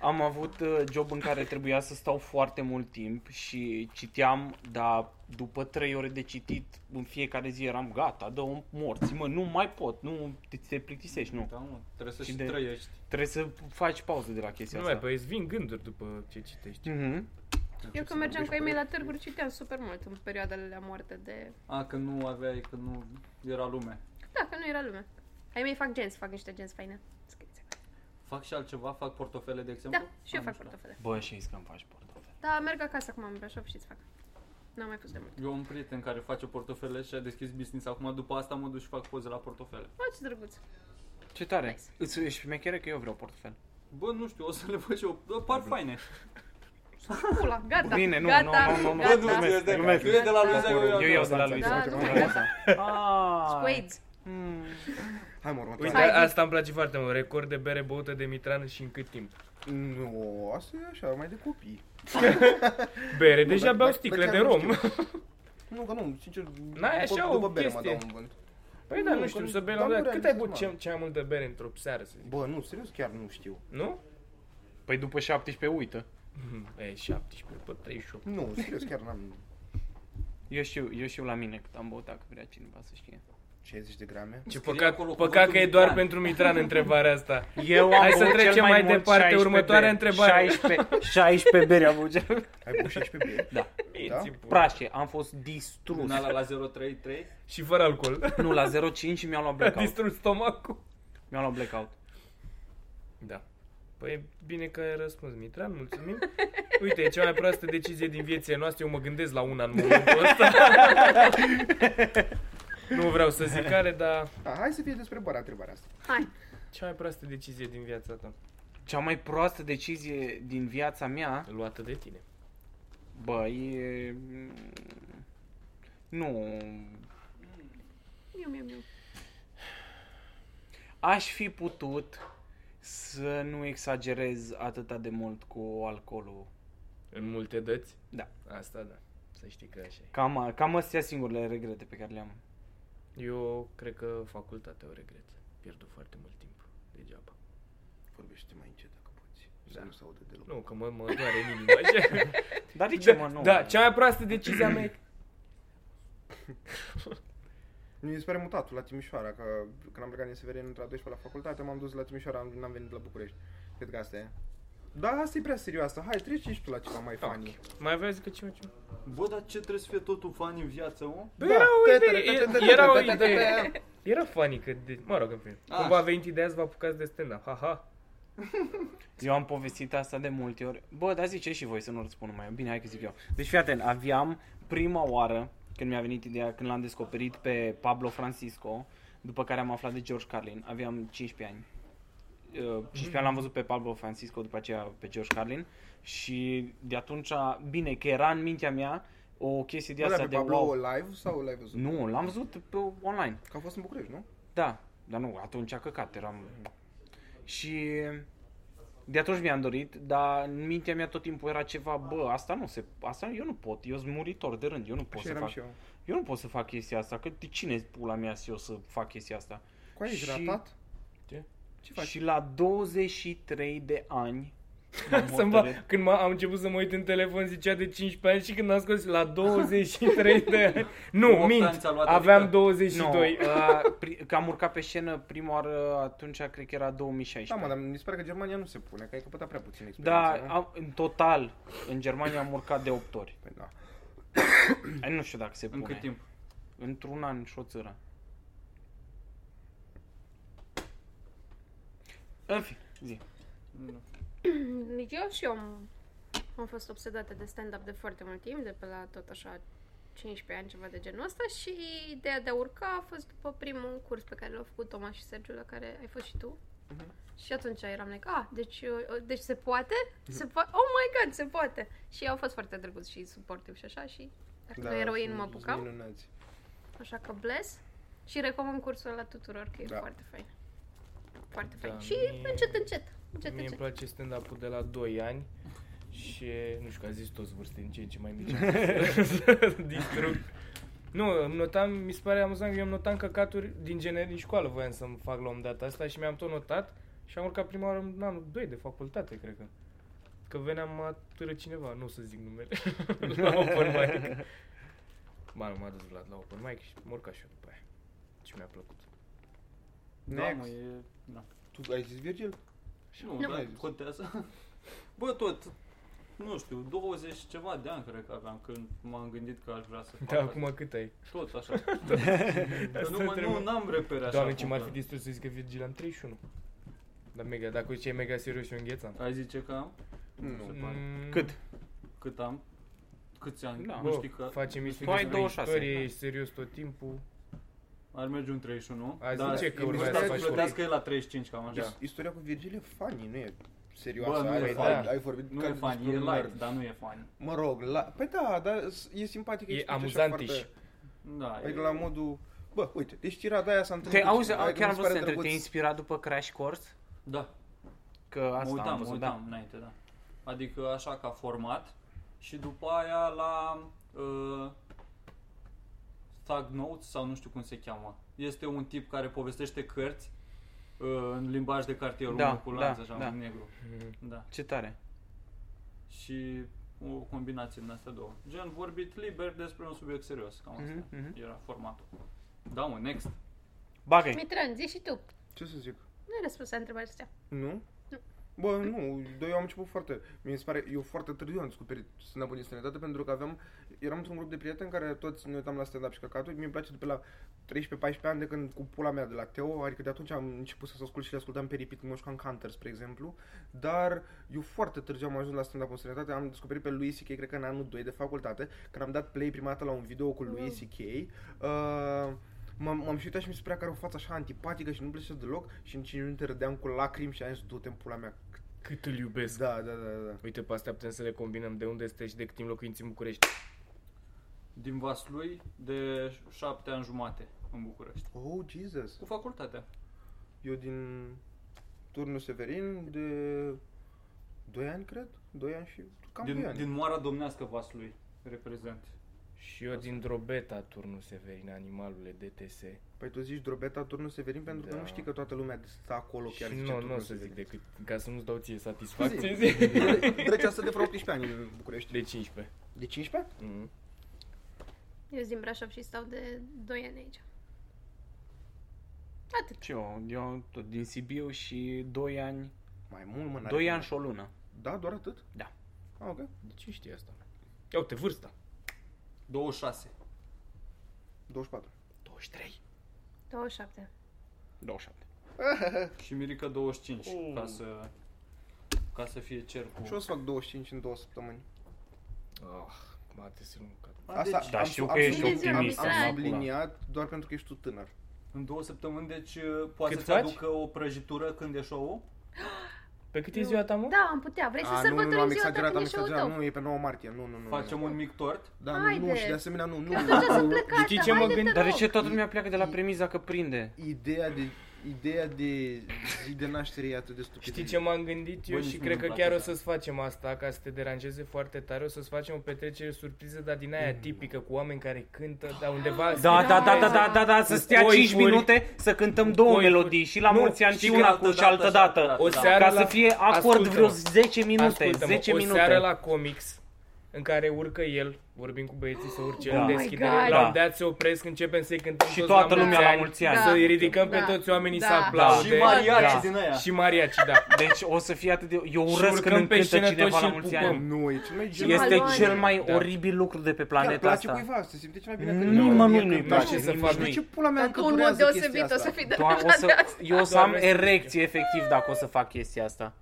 am avut uh, job în care trebuia să stau foarte mult timp și citeam, dar după 3 ore de citit, în fiecare zi eram gata, dă un morți, mă, nu mai pot, nu te, te plictisești, nu.
Da, mă, trebuie să
Și
și
de-
trăiești.
Trebuie să faci pauză de la chestia
Nu
asta.
mai, păi îți vin gânduri după ce citești.
Mhm.
Eu când mergeam cu Emil la târguri, citeam super mult în perioadele la moarte de...
A, că nu aveai, că nu era lume.
Da, că nu era lume. Ai mei fac gens, fac niște gens faine. Scrieți.
Fac și altceva? Fac portofele, de exemplu?
Da, și eu
Ah,
fac
nu știu.
portofele.
Bă, și că îmi faci portofel.
Da, merg acasă acum în Brașov și îți fac. N-am mai pus de mult.
Eu am un prieten care face portofele și a deschis business. Acum, după asta, mă duc și fac poze la portofele.
Bă, ce drăguț.
Ce tare.
Nice.
Îți ești mecheră că eu vreau portofel.
Bă, nu știu, o să le văd și eu. Bă,
Da.
Par faine.
Pula, gata.
Bine, nu,
gata,
nu, nu, nu, nu,
gata.
Bă, nu, tu ești de-
glumesc.
tu ești de la lui
Eu
Zeu,
Da, Eu iau de la lui. Ah.
Da,
să
nu,
mă
gata.
gata.
Squades.
Hmm.
Hai mă, următoarea.
Uite,
Hai, zi.
Păi da, asta îmi place foarte mult. Record de bere băută de mitran și în cât timp?
Nu, asta e așa, mai de copii.
Bere,
Nu,
deja
dar-
beau
dar-
sticle
dar
de
chiar nu
rom.
știu. Nu, că nu, sincer,
N-ai
după-
așa o
după bere mă
chestie?
dau un gând.
Păi da,
Nu,
nu
că
știu,
nu-
să bei la
dar
un
nu
dat. Cât ai
realizez,
băut
mă.
cea- cea mai multă bere într-o seară, să zic?
Bă, nu, serios, chiar nu știu.
Nu?
Păi după 17 uită.
Mhm, E 17 pe 38.
Nu, serios, chiar n-am
Eu știu, eu știu la mine cât am băut, dacă vrea cineva să știe.
60 de grame.
Ce
Scrie
păcat,
acolo
păcat
cuvântul
că e doar
Mitran.
pentru Mitran întrebarea asta.
Eu am
Hai să
băut
trecem
cel
mai
mult
departe,
16
următoarea
beri.
întrebare.
16, 16 beri am băut.
Ai băut 16 beri?
Da.
Da?
Minții, pula.
Prașe, am fost distrus.
În ala la 033.
Și fără alcool.
Nu, la 0,5 și mi-au luat
A
blackout.
distrus stomacul.
Mi-au luat blackout.
Da. Păi bine că ai răspuns, Mitran, mulțumim. Uite, e cea mai proastă decizie din viețile noastre, eu mă gândesc la una în momentul ăsta. nu vreau să zic care, dar
Da, hai să fie despre bărea întrebarea asta.
Hai.
cea mai proastă decizie din viața ta,
Cea mai proastă decizie din viața mea,
luată de tine.
bă, e... Nu...
Miu, miu, miu.
Aș fi putut să nu exagerez atâta de mult cu alcoolul.
În multe dăți?
Da.
Asta da. Să știi că așa e.
Cam, cam astea singurele regrete pe care le-am.
Eu cred că facultatea o regret. Pierdut foarte mult timp degeaba.
Vorbește mai încet dacă poți. Să
Da.
nu se audă deloc.
Nu, că mă, mă doare în inimă așa.
Dar de ce, mă, nu?
Da, cea mai proastă decizie a mea e
Mi se pare mutatul la Timișoara, că când am plecat din Severin între a 12 la facultate, m-am dus la Timișoara, am- n-am venit la București. Cred că asta e. Da, asta e prea serioasă. Hai, treci și tu la ceva mai funny.
Mai aveai zic că ceva, ceva?
Bă, dar ce trebuie să fie totul fan în viață, mă?
Bă,
Da.
era o
Te- te- te- te-
idee, era o
te- te- te- te-
idee. Era funny că, de... mă rog, în fine.
A,
Cumva
așa.
venit ideea să vă apucați de stand-up. Ha-ha.
Eu am povestit asta de multe ori. Bă, dar zice și voi să nu răspund mai. Bine, hai că zic eu. Deci fii atent, aveam prima oară când mi-a venit ideea, când l-am descoperit pe Pablo Francisco, după care am aflat de George Carlin. Aveam 15 ani. Uh, 15 ani l-am văzut pe Pablo Francisco, după aceea pe George Carlin și de atunci, bine, că era în mintea mea o chestie de
Bă,
asta
dar pe
de
Pablo
wow.
live sau l-ai văzut?
Nu, l-am văzut pe online.
Că a fost în București, nu?
Da, dar nu, atunci a căcat, eram... Și de atunci mi-am dorit, dar în mintea mea tot timpul era ceva, bă, asta nu se, asta eu nu pot, eu sunt muritor de rând, eu nu pot
Așa
să
eram
fac.
și eu.
Eu nu pot să fac chestia asta, că de cine pula mea să eu să fac chestia asta?
Cu ai ești
Și-
ratat?
Ce?
Ce faci?
Și la 23 de ani m-am
Să-mi va-
hotărât-
Când m-am- am început să mă uit în telefon, zicea de 15 ani și când am scos la 23 de ani. Nu,
Opt ani
mint,
ți-a luat,
aveam
adică-
Nu,
22.
uh, pri- că am urcat pe scenă prima oară atunci, cred că era 2016.
Da, mă, dar mi se pare că Germania nu se pune, că ai căpătat prea puțin
Da,
experiență, nu?
am, în total, în Germania am urcat de 8 ori.
Păi da.
Ai, Nu știu dacă se
În
pune.
cât timp?
Într-un an și o țără. În fi, zi.
Eu și eu am, am fost obsedată de stand-up de foarte mult timp, de pe la tot așa 15 ani, ceva de genul ăsta și ideea de a urca a fost după primul curs pe care l-au făcut Toma și Sergiu, la care ai fost și tu.
Mhm.
Și atunci eram like, ah, deci, uh, deci se poate?
Mhm.
Se poate? Oh my god, se poate! Și au fost foarte drăguți și suportiv și așa și dacă
Da,
nu erau ei, nu mă
sunt
apucam.
Minunați.
Așa că bless și recomand cursul la tuturor că e
Da.
foarte fain. Foarte
Da,
fain. și
mie-
încet, încet. Încet,
Mie îmi
încet.
place stand-up-ul de la 2 ani și nu știu că a zis toți vârste din ce în ce mai mici. Distrug. Nu, îmi notam, mi se pare amuzant, eu îmi notam căcaturi din genere din școală, voiam să-mi fac la un dat asta și mi-am tot notat și am urcat prima oară în anul 2 de facultate, cred că. Că veneam, mă atâră cineva, nu o să zic numele, la open mic. Ba, nu, m-a dus Vlad la open mic și m-a urcat și eu după aia. Și mi-a plăcut.
Da, mă,
Next.
e... Da.
Tu ai zis Virgil?
Și nu,
Nu.
da, contează. Bă, tot, nu știu, 20 și ceva de ani cred că aveam când m-am gândit că aș vrea să fac
Da,
asta.
acum cât ai?
Tot așa. Că nu, mă,
întrebăm.
nu am repere așa. da.
Doamne, ce
cum
m-ar
că-
fi distrus să zic că Virgil am 31. Dar mega, dacă ziceai mega serios, eu înghețam.
Ai zice că am?
Nu.
Mm,
Cât?
Cât am? Câți ani?
Da.
Nu
Bă,
știi că...
facem
nu
emisiuni
Tu ai
despre
26,
istorie,
da.
ești serios tot timpul.
Ar merge un 31.
Ai
dar
zis ce, că
îmi
urmează
putea
să faci
plătească el la 35 cam așa.
Da. Is- Istoria cu Virgil e funny, nu e serioasă.
Bă, nu
ai,
e
ai-
funny.
ai vorbit Deci
Nu
ca
e
despre
funny, e
un nerd.
light, dar nu e funny.
Mă rog, la... Păi da, dar s- e simpatic.
E
explică așa
amuzantiș.
foarte-
Da,
Adică la modul... Bă, uite, deci tirada aia s-a
Te
întâmplat.
auzi,
Adică mi
chiar am
se
vrut să te
pare
întreb, te-ai
drăguț.
inspirat după Crash Course?
Da,
Că asta
mă uitam,
am
mă
văzut,
uitam
da.
înainte, da. Adică așa ca format și după aia la uh, Thug Notes sau nu știu cum se cheamă. Este un tip care povestește cărți uh, în limbaj de cartier,
Da,
unul cu lanț
da,
așa,
da.
un negru.
Mm.
Da.
Ce tare.
Și o combinație din astea două. Gen vorbit liber despre un subiect serios, cam asta
Mhm, mhm.
era formatul. Da, un next.
Bagă-i.
Mitran, zi și tu.
Ce să zic?
Nu ai răspuns la întrebarea astea.
Nu? Bă, nu, dar eu am început foarte, mi se pare, eu foarte târziu am descoperit stand-up în străinătate pentru că aveam, eram într-un grup de prieteni care toți ne uitam la stand-up și căcaturi, mi-e place de pe la 13-14 ani de când cu pula mea de la Teo, adică de atunci am început să ascult și le ascultam pe repeat, mă jucam Counter, spre exemplu, dar eu foarte târziu am ajuns la stand-up în străinătate, am descoperit pe lui C.K. cred că în anul 2 de facultate, când am dat play prima dată la un video cu lui C.K. Uh, M-am, m-am și uitat și mi se părea că are o față așa antipatică și nu-mi plăcea deloc și în 5 minute râdeam cu lacrimi și am zis, du-te în pula mea.
Cât îl iubesc.
Da, da, da, da.
Uite, pe astea putem să le combinăm de unde este și de cât timp locuiți în București.
Din Vaslui de șapte ani jumate în București.
Oh, Jesus.
Cu facultatea.
Eu din turnul Severin de 2 ani, cred? 2 ani și cam 2
Din,
ani.
din moara domnească Vaslui reprezent.
Și eu din Drobeta, turnul Severin, animalule DTS.
Păi tu zici drobeta turnul Severin pentru că
Da.
nu știi că toată lumea stă acolo chiar zice
și nu, nu o
Turnul
să zic
Severin.
decât, ca să nu-ți dau ție satisfacție,
Zi.
zi.
Trece asta de vreo 18 ani în București.
De 15.
De 15?
Mhm.
Eu sunt din Brașov și stau de 2 ani aici. Atât.
Ce eu, eu tot din Sibiu și 2 ani,
Mai mult, mă, n-are
2
cum.
ani și o lună.
Da, doar atât?
Da.
Ah, ok.
De ce știi asta? Ia uite, vârsta.
26.
24.
23.
27.
27.
Și Mirica 25, ca să ca să fie cercul.
Hmm. Și o să fac 25 în 2 săptămâni.
Ah, cum ar trebui să nu cad.
A, deci,
Asta
Dar
am,
știu
am,
că ești
am-
optimist,
Am,
acum.
am subliniat doar pentru că ești tu tânăr.
În două săptămâni, deci poate
Cât
să-ți
faci?
aducă o prăjitură când e show-ul?
Pe cât e ziua ta, mă?
Da, am putea. Vrei să
A, nu,
sărbătorim
nu, am
ziua ta
exagerat,
când
am
e show-ul
exagerat.
tău?
Nu, e pe 9 martie. Nu, nu, nu.
Facem
nu.
un mic tort?
Da, nu, nu,
Haide.
și de asemenea nu, nu.
Atunci
nu.
să plecăm.
Știi ce mă
haide, te
gând-
Dar de
rog.
ce toată lumea pleacă de la premiza că prinde?
Ideea de Ideea de zi de naștere e atât de stupidă.
Știi ce m-am gândit eu
Bă, nici
și
mie
cred
nu-mi
că
place
chiar o
asta.
să-ți facem asta ca să te deranjeze foarte tare, o să-ți facem o petrecere surpriză, dar din aia tipică, cu oameni care cântă, dar undeva...
Mm. Da, da, da,
da,
da, da, da, da, să
Cu
stea 5
coifuri.
minute să cântăm două
coifuri.
melodii și la
Nu,
mulți ani
știi
și
când
una cu
altă
și altă
dată,
dată.
altă
O
Da.
seară
Ca să
la-
fie acord
Ascultă-mă.
vreo 10 minute,
Ascultă-mă,
10
o seară
minute.
la comics în care urcă el, vorbim cu băieții să urce
Da.
în
Oh my
deschidere,
God.
la
Da.
un dat se opresc, începem să-i cântăm
Și
toți
toată
la
lumea
mulți
la
ani,
mulți ani.
Da.
Să-i ridicăm pe
Da.
toți oamenii să
Da.
aplaude.
Și mariachi
Da.
din aia.
Și mariaci, da.
Deci o să fie atât de... Eu urăsc
urcăm
când îmi
pe
cântă
scenă toți
cineva
și
la
îl
mulți
pupăm.
ani.
Nu, e cel mai
Și este
Maloane.
cel mai
Da.
oribil lucru de pe
Chiar
planeta
place
asta.
cuiva, se simte cel mai bine
Nu,
când
mă, nu, nu-i
nu,
place să faci
De
nimic.
ce pula mea încă
Într-un mod
durează chestia
deosebit o să
asta?
fii de
Doar o
la
să, eu o să am
Doamne,
erecție efectiv dacă o să fac chestia asta.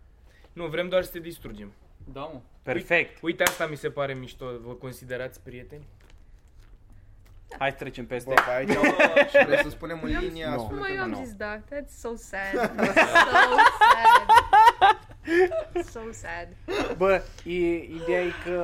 Nu, vrem doar să te distrugem.
Da, mă.
Perfect.
Uite, asta mi se pare mișto. Vă considerați prieteni?
Hai să trecem peste.
Bă, că aici am- și trebuie să spunem în linia
Nu.
astfel
Mă, eu
că
am
nu.
zis da. That's so sad. so sad. So sad.
Bă, e, ideea e că...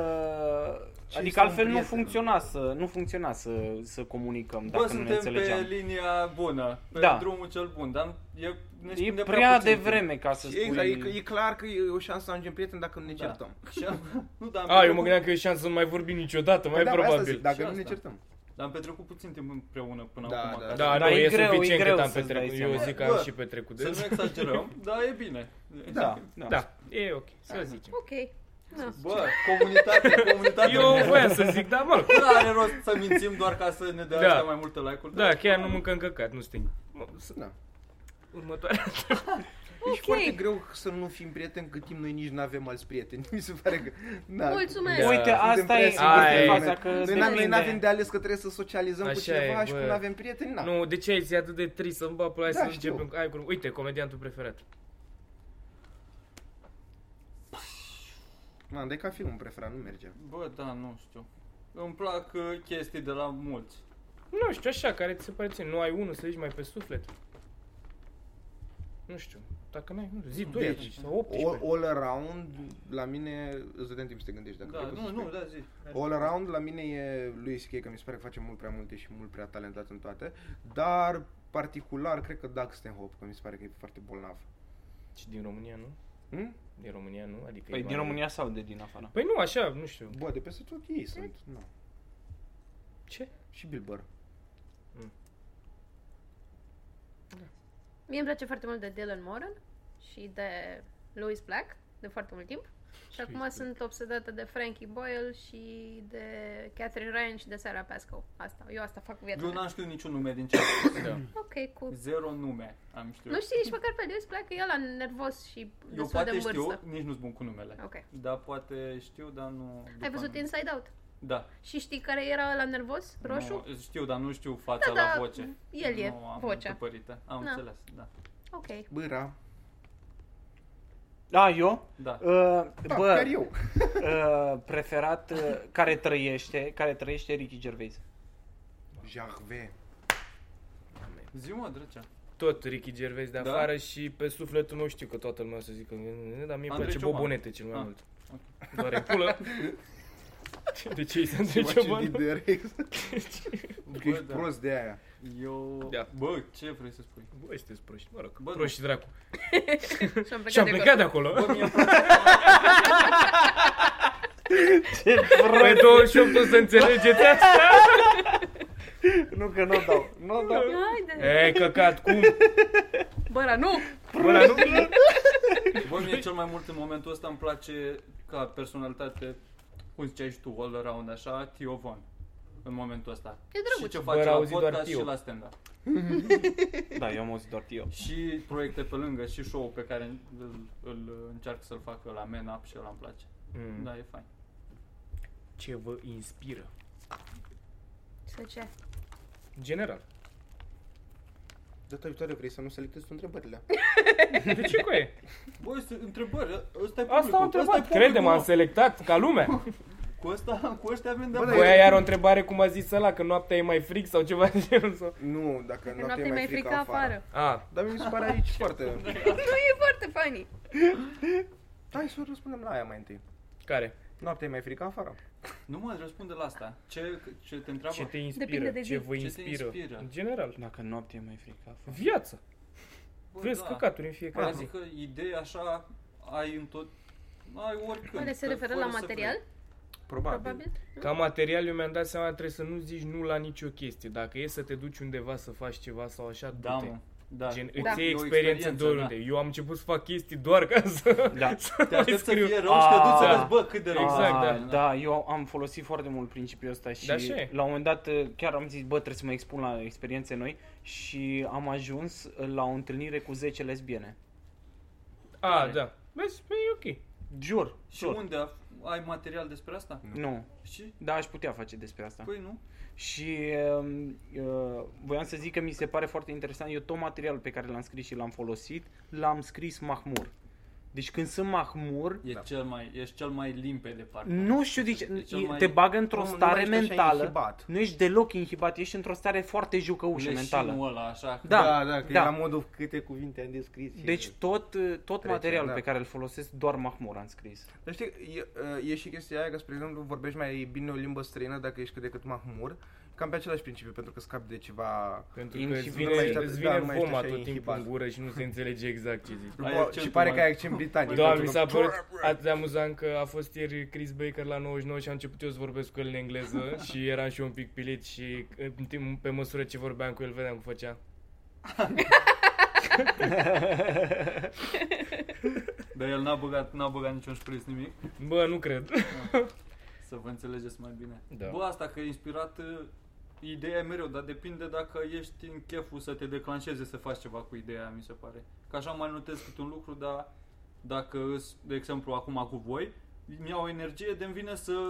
adică
sunt
altfel nu
prieteni?
funcționa să, nu funcționa să, să comunicăm
Bă,
dacă nu
suntem
ne
pe
înțelegeam.
linia bună, pe
Da.
drumul cel bun, dar e, ne
E
prinde
prea
puțin timp.
devreme ca să spui...
Exact, e, că- e clar că e o șansă să ajungem prieteni dacă nu ne
Da.
certăm.
Și am, nu, dar am
A, Ah, eu mă
petrecut-
gândeam că e șansă să nu mai vorbim niciodată, mai
Păi da, păi asta zic,
probabil.
Dacă
Și
nu ne
asta.
certăm.
Dar am petrecut puțin timp împreună până
Da, da,
acum. ca
da.
să-
Da, nu,
Dar e
e
greu, e
suficient
greu
cât am
să-ți dai
petrecut. Eu
seama.
zic că
Bă,
am și petrecut
Să nu
des.
exagerăm, dar e bine. Deci,
Da.
Da.
Da, e ok, să zicem.
Ok. Nu.
Bă, comunitate, comunitate.
Eu voiam să zic, da, mă.
Nu are rost să mințim doar ca să ne dea
Da.
da. mai multe like-uri.
Da, chiar nu mâncăm căcat, nu sting.
Da.
Următoarea.
E și foarte greu să nu fim prieteni cât timp noi nici nu avem alți prieteni. Mi se pare că... Na,
Mulțumesc.
Da.
Uite,
suntem
asta
prea
e,
singuri
Ai.
asta
pe
e
lume. Noi
faza că
n-avem, noi n-avem
depinde.
de ales că trebuie să socializăm cu
Așa e,
cineva și
bă.
când nu avem prieteni, na.
Nu, de ce ai ți atât de trist să-mi bă, pula, hai
Da,
să nu
știu.
începem. Hai, cu- uite, comediantul preferat.
Man,
deci
dai ca filmul preferat, nu merge.
Bă, da, nu știu. Îmi plac uh, chestii de la mulți.
Nu știu, așa, care ți se pare ție. Nu ai unul să zici mai pe suflet? Nu știu. Dacă n-ai, nu știu. Zi 2
Deci,
atunci, sau 18.
All, all around, la mine, îți dădeam timp să te gândești. Dacă
Da,
vrei, poți
nu,
să
nu,
spui.
da, zi.
All around, la mine e lui C.K. că mi se pare că face mult prea multe și mult prea talentat în toate, dar particular, cred că Doug Stanhope, că mi se pare că e foarte bolnav.
Și Deci din România, nu?
Hm?
Din România, nu? Adică
Păi
e
din
mai-
România sau de din afara?
Păi nu, așa, nu știu.
Bă, de peste tot ei sunt. Nu.
Ce?
Și Bill Burr.
Mie îmi place foarte mult de Dylan Moran și de Louis Black de foarte mult timp. Și acum sunt obsedată de Frankie Boyle și de Catherine Ryan și de Sarah Pascoe. Asta, eu asta fac cu viața
Eu
mea.
n-am știut niciun nume din ce am spus.
Da.
Ok, cu...
Zero nume am știut.
Nu știi nici măcar pe Louis Black, că e ăla nervos și
Eu
destul de
poate
în
știu,
vârstă.
nici nu-s bun cu numele.
Ok.
Dar poate știu, dar nu...
Ai văzut Inside Out?
Da.
Și știi care era ăla nervos? Roșu?
Nu, știu, dar nu știu fața
Da, da,
la voce.
el e
nu am
vocea.
Întăpărită. Am
Da.
înțeles, da.
Ok.
Băra.
Da, eu?
Da.
Uh,
Da,
bă,
chiar eu.
Uh, preferat uh, care trăiește, care trăiește Ricky Gervais.
Jarve.
Zi mă, drăcea.
Tot Ricky Gervais de
Da?
afară și pe sufletul meu știu că toată lumea o să zică "Mm, Dar mie îmi
Andrei
place
Cioban.
Bobonete cel mai
Ah,
mult Doar în pulă De ce îi se întrece
Ce
Cioban?
direct. Că
Bă,
ești
da.
prost de aia.
Eu...
Da.
Bă, ce vrei să spui?
Bă, sunteți proști, mă rog,
Bă, nu.
proști și dracu
Și am
Și am
plecat,
plecat de acolo
Bă, mie îmi place,
Pe 28 o să înțelegeți asta?
Nu că nu dau. Nu dau.
acolo. Haide!
E, căcat, cum?
Băra, nu!
Ăla nu?
bă, mie cel mai mult în momentul ăsta îmi place ca personalitate, cum ziceai și tu, all around, așa, Tio Von. În momentul ăsta.
E
Și
drăguț.
ce
Bă,
face la
auzi doar
podcast
Tio.
și la stand-up.
Da, eu am auzit doar eu.
Și proiecte pe lângă, și show pe care îl, îl încearcă să-l facă la Man Up și ăla îmi place.
Mm.
Da, e fain.
Ce vă inspiră?
Să ce?
General
Data viitoare vrei să nu selectezi tu întrebările.
De ce cu e?
Bă, este întrebări, ăsta e publicul.
Asta am
ăsta
întrebat,
e
crede-mă, am
publicul,
selectat ca lumea
mă. Cu ăsta, cu ăștia avem de
Bă,
bă,
da,
Bă, iar o întrebare cum a zis ăla, că noaptea e mai fric sau ceva de genul sau...
Nu, dacă
În
nu
noapte e mai frică afară.
A,
Dar mi se pare aici foarte...
Nu, e foarte funny.
Hai să răspundem la aia mai întâi.
care?
Noaptea e mai frică afară.
Nu mă răspunde la asta. Ce, ce te întreabă?
Ce te inspiră?
Depinde de
ce
zi.
vă
Ce te
inspiră?
inspiră?
În general.
Dacă noaptea e mai frică.
Viața.
Bă,
Vezi
da.
căcaturi în fiecare zi.
Adică idei așa ai în tot... Ai oricând.
Oare se
că-
referă
fără
la
să
material?
vrei.
Probabil.
Ca material eu mi-am dat seama trebuie să nu zici nu la nicio chestie. Dacă e să te duci undeva să faci ceva sau așa,
Da,
du-te.
mă. Da.
Gen,
E o da.
îți iei experiență de oriunde. Eu am început să fac chestii doar ca să,
Da.
să
Te
mai
aștept să
scriu.
fie rău și te duci să
Da.
vezi, bă, cât de rău.
Exact,
A,
da.
Ah. da, eu am folosit foarte mult principiul ăsta și
Da, așa e.
la un moment dat uh, chiar am zis, bă, trebuie să mă expun la experiențe noi și am ajuns uh, la o întâlnire cu 10 lesbiene.
A, da. Vezi, bă, e ok.
Jur,
Și
jur.
unde af- ai material despre asta?
Nu,
Și?
da, aș putea face despre asta.
Păi nu.
Și um, uh, voiam să zic că mi se pare foarte interesant, eu tot materialul pe care l-am scris și l-am folosit, l-am scris mahmur. Deci când sunt mahmur,
E cel mai, ești cel mai limpede parcă.
Da. nu știu de ce,
Deci E cel
e-
mai-
te bagă într-o
nu- nu
stare
mai ești așa
mentală,
inhibat.
nu ești deloc inhibat, ești într-o stare foarte jucăușă mentală.
Leșinul ăla, așa. că-
Da,
da, da, că
da.
e la modul câte cuvinte am descris.
Deci tot, tot materialul
da.
pe care îl folosesc, doar Mahmur am scris.
Dar știi, e, e și chestia aia că, spre exemplu, vorbești mai bine o limbă străină dacă ești cât de cât mahmur, cam pe același principiu, pentru că scapi de ceva...
Pentru că îți
Inhibitor.
Nu
vine,
mai ești-
îți
da,
vine
nu mai ești
voma
așa
tot timpul
inhibat.
în gură și nu se înțelege exact ce zici.
Ai
După-
accent
și pare
mai-
că ai accent britanic.
Da,
Adică pentru
mi
că-
s-a părut atât de amuzant că a fost ieri Chris Baker la 99 și a început eu să vorbesc cu el în engleză și eram și eu un pic pilit și în timp, pe măsură ce vorbeam cu el vedeam cum făcea.
Dar el n-a băgat, n-a băgat niciun șpriț, nimic.
Bă, nu cred.
Să vă înțelegeți mai bine.
Da.
Bă, asta că e inspirat, uh, ideea e mereu, dar depinde dacă ești în cheful să te declanșeze să faci ceva cu ideea, mi se pare. Că așa mai notez câte un lucru, dar dacă, îs, de exemplu, acum cu voi, îmi iau energie de vine să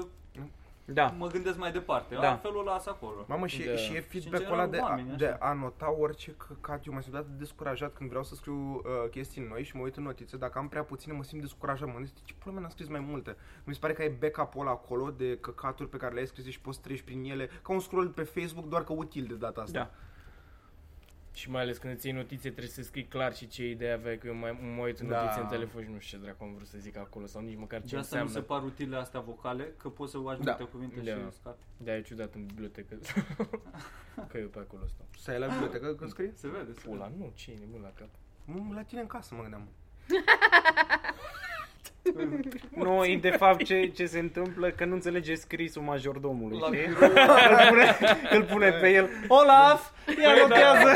Da.
mă gândesc mai departe.
Da.
Da. Altfel o las acolo.
Mamă, și,
Da.
da. și e
în
feedback-ul ăla
general,
de, a-
Adică, oameni,
de
așa.
a nota orice căcat. Eu mă simt atât de descurajat când vreau să scriu uh, chestii noi și mă uit în notițe. Dacă am prea puține, mă simt descurajat. Mă gândesc, ce pula mea n-am scris mai multe? Mi se pare că ai backup-ul ăla acolo de căcaturi pe care le-ai scris și poți să treci prin ele. Ca un scroll pe Facebook, doar că util de data asta.
Da.
Și mai ales când îți iei notițe trebuie să scrii clar și ce idee aveai, că eu mai mă uit în
Da.
notițe în telefon și nu știu ce dracu am vrut să zic acolo sau nici măcar ce
De asta mi se
înseamnă.
par utile astea vocale, că poți să bagi
Da.
multe cuvinte
Da.
și scapi.
De-aia e ciudat în bibliotecă că eu pe acolo stau.
Stai la bibliotecă când scrii?
Se vede, se
Pula,
vede.
nu, ce e nebun la cap.
Nu, Mm, la tine în casă mă gândeam.
Nu, e de fapt ce, ce se întâmplă că nu înțelege scrisul majordomului,
La
știi?
birou,
Îl pune, îl pune pe el. Olaf, ia
Păi,
notează.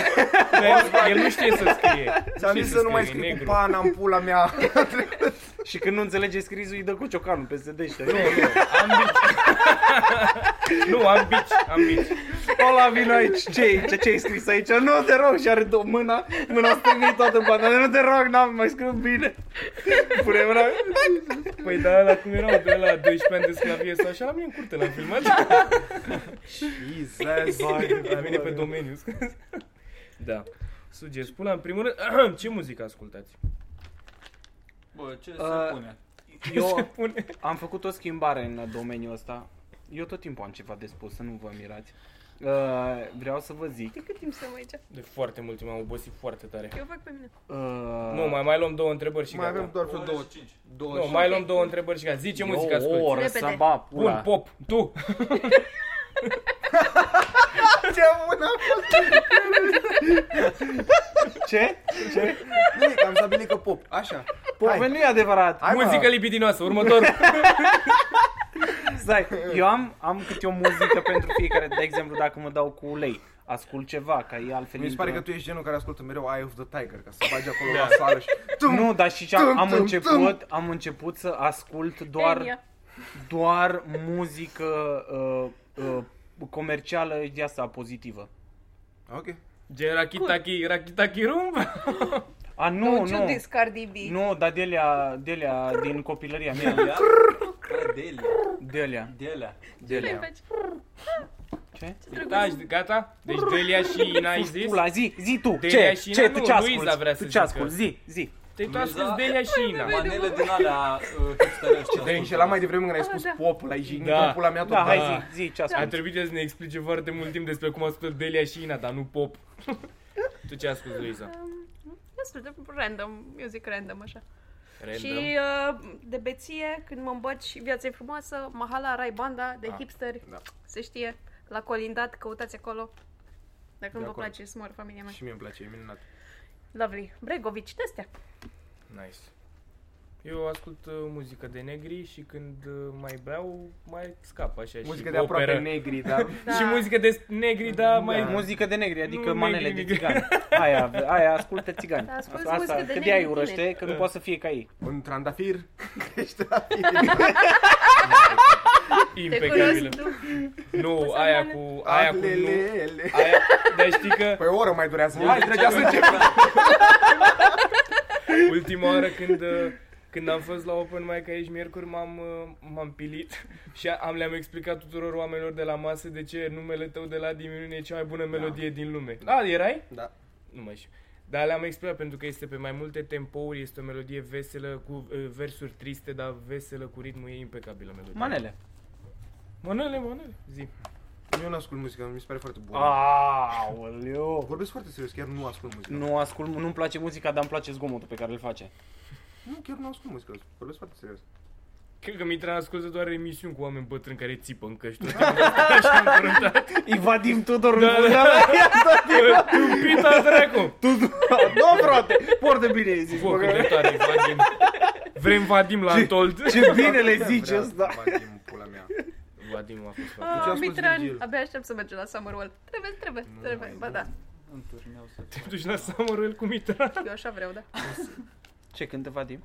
Dar el nu știe să scrie.
Ți-am
știe
zis
să
să nu mai
scrie, e
scrii cu
negru.
pana în pula mea.
Și când nu înțelege scrisul, îi dă cu ciocanul peste dește.
Nu, nu, am bici. nu, am bici, am bici.
Ola, vin aici. Ce, e- ce, ce ai scris aici? Nu, te rog. Și are două mâna, mâna stângă toată în pantaloni. Nu, te rog, n-am mai scris bine. Pune mâna.
Păi da, ăla cum erau de la 12 ani de sclavie sau așa, la mine în curte l-am filmat.
Jesus.
La mine pe domeniu. da. Sugez, pula, în primul rând, ce muzică ascultați?
Bă, ce
Uh,
se pune?
Se
Eu
pune...
am făcut o schimbare în domeniul ăsta. Eu tot timpul am ceva de spus, să nu vă mirați. Uh, vreau să vă zic.
De cât timp stăm aici?
De foarte mult timp am obosit foarte tare.
Eu fac pe mine.
Uh,
Nu, mai, mai luăm două întrebări și
Mai
gata.
avem doar vreo
Ore
două.
și cinci.
două
Nu, mai luăm două întrebări și gata. Zi ce
eu
muzică
o
asculti.
oră să
Repede.
ba
Bun,
pula.
pop, tu.
Ce bună!
Ce? Ce?
Nimic, am stabilit că pop. Așa.
Păi nu e adevărat.
Hai, mă.
Muzică libidinoasă, următor.
Stai, eu am, am câte o muzică pentru fiecare, de exemplu, dacă mă dau cu ulei, ascult ceva, ca e altfel.
Mi se pare că
intră-
tu ești genul care ascultă mereu Eye of the Tiger, ca să bagi acolo la sală și... Tum!
Nu, dar și ce am,
Tum,
am
tum,
început, am început să ascult doar,
Enia.
doar muzică uh, uh, comercială de asta pozitivă.
Ok.
Gen Rakitaki, Rakitaki Rumba.
A, nu,
Don't you
nu.
diss Cardi B.
Nu, dar Delia, Delia din copilăria mea,
Ia? Bă, Delia,
Delia.
Delia.
Ce le
Păi,
faci?
Ce?
Ce drăguț.
Da, gata? Deci Delia și Ina ai zis?
Pula, zi, zi tu,
Delia
ce,
și
ce,
Ina?
tu
Nu,
ce
Luiza vrea
asculti?
să
Tu ce
zică.
asculti? Zi, zi.
Deci tu
Da.
Luiza-
asculti Delia și Ina.
Păi, Manele din alea uh, hipsterești.
Deci și la mai devreme când ai
Ah,
spus
da.
popul, ai jignit
Da.
popul la mea tot.
Da, hai
Da.
zi, zi ce
A
asculti.
trebuit să ne explice foarte mult timp despre cum ascultă Delia și Ina, dar nu pop. tu ce asculti, Luiza?
Um, Destul de random, eu zic random așa.
Random.
Și uh, de beție, când mă îmbăt și viața e frumoasă, Mahala, Rai Banda, de
Ah,
hipsteri,
da.
se știe, la colindat, căutați acolo. Dacă nu vă
acord.
place, smor familia mea.
Și mie îmi place, e minunat.
Lovely. Bregovici, de astea.
Nice. Eu ascult uh, muzică de negri și când uh, mai beau, mai scap așa
Muzică
și
de aproape
operă.
negri, dar...
Da.
Și muzică de negri, dar mai...
Da.
Muzică de negri, adică
Nu,
manele
negri,
de
negri.
țigani. Aia, aia ascultă țigani.
Da, asculți
Asta-
muzică de
că
negri
de-aia îi
tineri.
urăște, că nu
Da.
poate să fie ca ei.
Un trandafir crește trandafir.
Te
Impecabilă.
cunosc tu.
Nu,
să
aia
mănânc.
cu... Aia cu nu.
Alelele.
Aia... Dar știi că
Păi o oră mai durează. Hai, trăgea să încep.
ultima oară când... uh, Când am fost la open mic aici miercuri, m-am, uh, m-am pilit și am, le-am explicat tuturor oamenilor de la masă de ce numele tău de la diminuine e cea mai bună melodie din lume. Da, erai?
Da.
Nu mai știu. Dar le-am explicat pentru că este pe mai multe tempouri, este o melodie veselă cu uh, versuri triste, dar veselă cu ritmul e impecabilă melodia.
Manele.
Manele, manele. Zi.
Eu nu ascult muzică, mi se pare foarte
Da.
Ah.
bună.
Aoleu.
Vorbesc foarte serios, chiar nu ascult muzică.
Nu ascult, nu-mi place muzica, dar îmi place zgomotul pe care îl face.
Nu, chiar nu ascult muzică, vorbesc foarte serios.
Cred că Mitra ascultă doar emisiuni cu oameni bătrâni care țipă în căști. Tot timpul așa încăruntat.
Ivadim Tudor da,
da,
da.
Pita dracu!
Nu, frate, portă bine ai zis.
Bă,
bă,
cât de tare Vadim. Vrem Vadim la Antold.
Ce bine le zici
Vreau
ăsta.
să fac din pula mea.
Vadim a fost foarte...
ce
Ah,
asculti,
Mitran,
Virgil?
abia aștept să mergem la Summerworld. Trebuie, trebuie, trebuie. Ba da,
În turneu să
Te duci la Samuel cu Mitra.
eu așa vreau, da.
Ce cântă Vadim?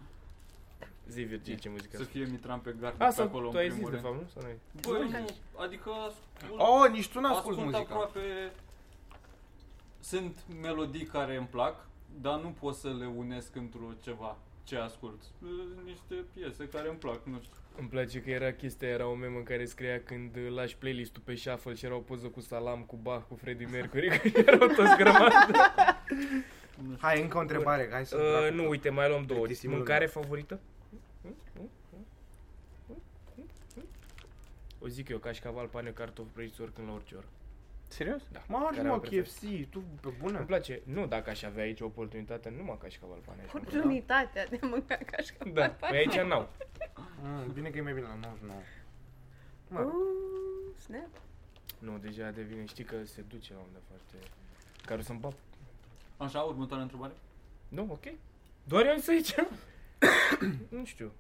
Zi, Virgil, ce muzică.
să fie Mitran pe gard pe
Asta
acolo
Ah, tu
în
ai zis,
primul
de
rând.
fapt, nu? Sau nu ai?
Băi, nu, adică ascult,
Oh, nici tu
ascult
n-asculti muzica.
aproape... Sunt melodii care îmi plac, dar nu pot să le unesc într-o ceva ce ascult. Sunt niște piese care îmi plac, nu știu.
Îmi place că era chestia, era o memă în care scria când uh, lași playlist-ul pe shuffle și era o poză cu Salam, cu Bach, cu Freddie Mercury, că erau toți grămadă.
Hai, încă o întrebare, hai să
Uh,
dracu.
nu, uite, mai luăm două.
Plictisimul
Mâncare
meu.
favorită? O zic eu, cașcaval, pane, cartofi prăjiți oricând la orice oră.
Serios?
Da.
Mă,
care
mă,
am preferat.
KFC, tu pe
Îmi
bune?
place. Nu, dacă aș avea aici oportunitate, numai cașcaval, pane. aș mânca.
Oportunitatea de a mânca cașcaval.
Da, pe aici n-au.
Mm, bine că e mai bine la 99.
Uuu, snap.
Nu, deja devine, știi că se duce la unde foarte... Care să-mi bap.
Așa, următoarea întrebare.
Nu, ok. Doar eu am zis aici. nu știu.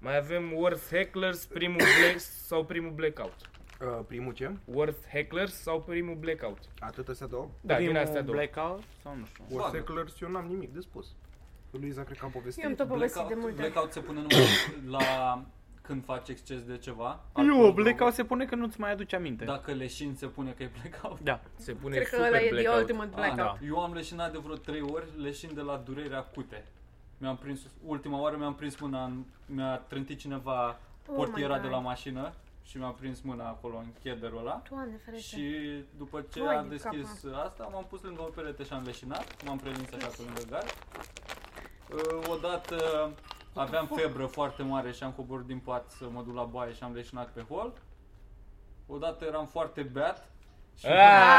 Mai avem Worth Hecklers, primul black sau primul blackout.
Uh, primul ce?
Worth Hecklers sau primul blackout.
Atât astea două?
Da, din
Primul
astea două.
blackout sau nu știu.
O
Bagă.
seclări, eu n-am nimic de spus. Luiza, cred că am povestit.
Eu am tot povestit de multe. ori.
blackout se pune numai la când faci exces de ceva.
Nu,
Alcool,
blackout se pune că nu-ți mai aduce aminte.
Dacă leșin se pune că e blackout.
Da.
Se pune
Cred că
super
ăla e the
blackout.
ultimate blackout.
Ah, Eu am leșinat de vreo 3 ori, leșin de la dureri acute. Mi-am prins, ultima oară mi-am prins mâna, în- mi-a trântit cineva
Oh
portiera
my
de
God.
la mașină și mi-a prins mâna acolo în chederul ăla.
Doamne ferește.
Și după ce
Vai
a
de
deschis asta, m-am pus lângă o perete și am leșinat, m-am prelins așa pe lângă gard. Uh, Odată aveam febră foarte mare și am coborât din pat să mă duc la baie și am leșinat pe hol. Odată eram foarte beat și
Ah,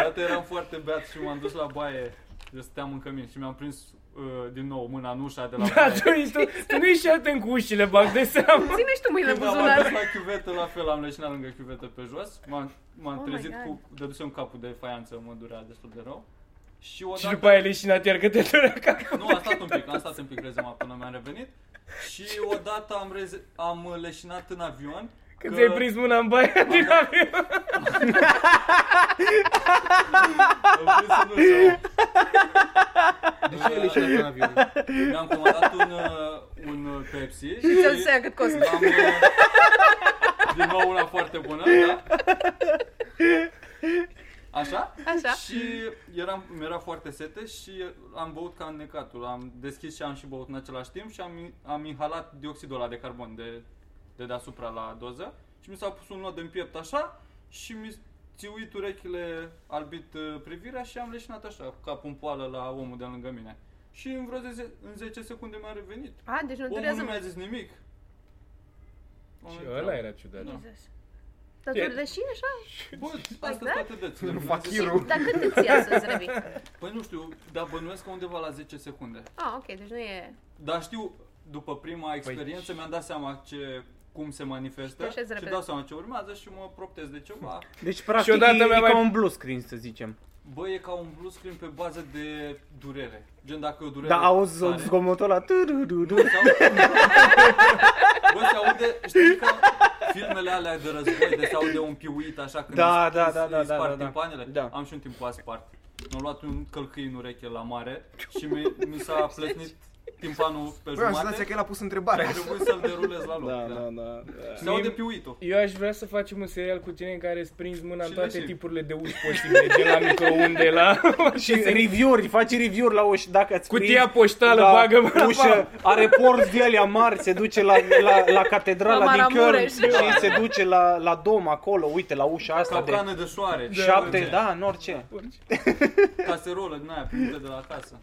odată eram foarte beat și m-am dus la baie. Eu stăteam în cămin și mi-am prins uh, din nou mâna în ușa de la
Da,
baie.
tu, tu, tu nu ești atent cu ușile, bag de seamă.
Ține și tu mâinile în
Când am ajuns
buzunar.
la chiuvetă, la fel, am leșinat lângă chiuvetă pe jos. M-am, m-am
Oh my
trezit
God.
cu... Dădusem capul de faianță, mă durea destul de rău. Și
Și
odată...
după aia leșinat iar că te durea capul.
Nu, am stat un pic, am stat un pic rezema până mi-am revenit. Și odată am, rez- am leșinat în avion.
Că ți-ai prins mâna în baia din avion.
Am prins în ușă.
De ce ai leșinat în avion?
Mi-am comandat un, uh, un uh, Pepsi.
Și ți-am
și-
zis aia cât costă.
Am, uh, din nou una foarte bună, da? Așa?
Așa.
Și eram, mi-era foarte sete și am băut ca necatul. Am deschis și am și băut în același timp și am, am inhalat dioxidul ăla de carbon de, de deasupra la doză și mi s-a pus un nod în piept așa și mi țiuit urechile, albit uh, privirea și am leșinat așa, capul în poală la omul de lângă mine. Și în vreo 10, în 10 secunde mi-a revenit.
A, deci nu
Omul
durează
nu mi-a
mult.
zis nimic.
Și ăla era ciudat.
Da.
Jesus. Dar
E-
tu rășini așa?
Bă, asta
Like
toate dățile.
Nu
mi-au
fac
zis.
eu.
Și, dar cât îți ia să-ți revii?
Păi nu știu, dar bănuiesc că undeva la 10 secunde.
Ah, ok, deci nu e...
Dar știu, după prima experiență mi-am dat seama ce cum se manifestă
Te așezi
și
repede.
dau seama ce urmează și mă proptez de ceva.
Deci, practic,
Și odată
e,
mi-a
e
mai-
ca un blue screen, să zicem.
Bă, e ca un blue screen pe bază de durere. Gen dacă e o durere
Da, auzi
tare-
zgomotul ăla. tu-ru-ru-ru.
Sau... Bă, se aude, știi că filmele alea de război de se aude un piuit așa când
Da,
îi-
da,
îi-
da,
îi
da, da,
spart
da, da.
timpanele.
Da.
Am și un timpan spart. Mi-am luat un călcâi în ureche la mare și mi, mi s-a plesnit timpanul pe
Băi, am senzația
jumate.
că el a pus întrebarea.
A trebuit să-l derulez la loc.
Da,
da.
da, da. da.
Se aude piuitul.
Eu aș vrea să facem un serial cu tine în care îți prinzi mâna în
Și
toate
leșin.
tipurile de uși posibile, de la microunde, la...
Și review-uri, faci review-uri la uși, dacă îți
Cutia
prind,
poștală,
da,
la
bagă mâna ușă.
ușă, Da, are porți de alea mari, se duce la, la, la catedrala
La
din Köln
Maramureș.
și se duce la, la dom acolo, uite, la ușa asta de
Capcană de soare.
șapte,
orice.
da, în orice.
Caserolă din aia primită de la casă.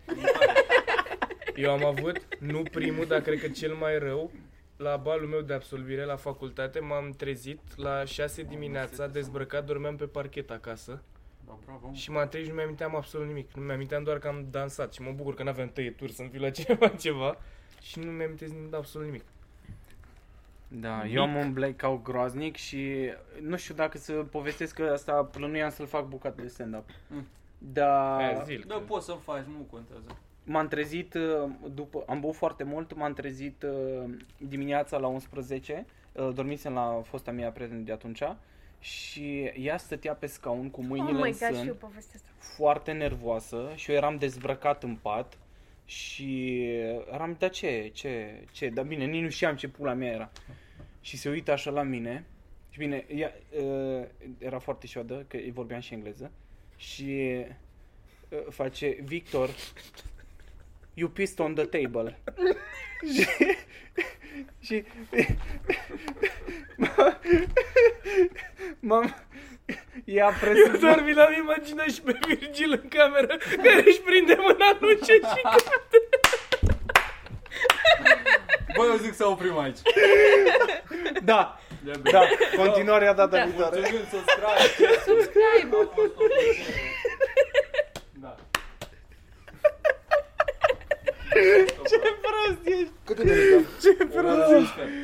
Eu am avut, nu primul, dar cred că cel mai rău, la balul meu de absolvire la facultate, m-am trezit la 6 dimineața, dezbrăcat, dormeam pe parchet acasă
Da, bravo.
și m-am trezit și nu mi-am aminteam absolut nimic. Nu mi-am aminteam doar că am dansat și mă bucur că n-aveam tăieturi să-mi fi luat cineva ceva și nu mi-am amintesc nimic, absolut nimic.
Da, eu am un blackout groaznic și nu știu dacă să povestesc că asta plănuiam să-l fac bucată de stand-up.
Mm.
Da,
Aia zil,
Da, poți să-l faci, nu contează.
m-am trezit uh, după, am băut foarte mult, m-am trezit uh, dimineața la 11, uh, dormisem la fosta mea prietenă de atunci și ea stătea pe scaun cu
Oh
mâinile
my
în
god, și
sân,
eu povestesc asta.
foarte nervoasă și eu eram dezbrăcat în pat și eram, da ce, ce, ce, da bine, nici nu știam ce pula mea era. Și se uită așa la mine și bine, ea, uh, era foarte șoadă, că îi vorbeam și engleză și uh, face, Victor, you pissed on the table. și, și m-am, i-a
Eu
presupus,
doar mi l-am imaginat și pe Virgil în cameră care își prinde mâna nu și
Bă, eu zic să oprim aici.
da,
Ia bine.
da, continuarea data viitoare.
Mulțumim, subscribe.
Subscribe!
A fost o plăcere. Da.
Prost ești.
Cât de delicată.
O,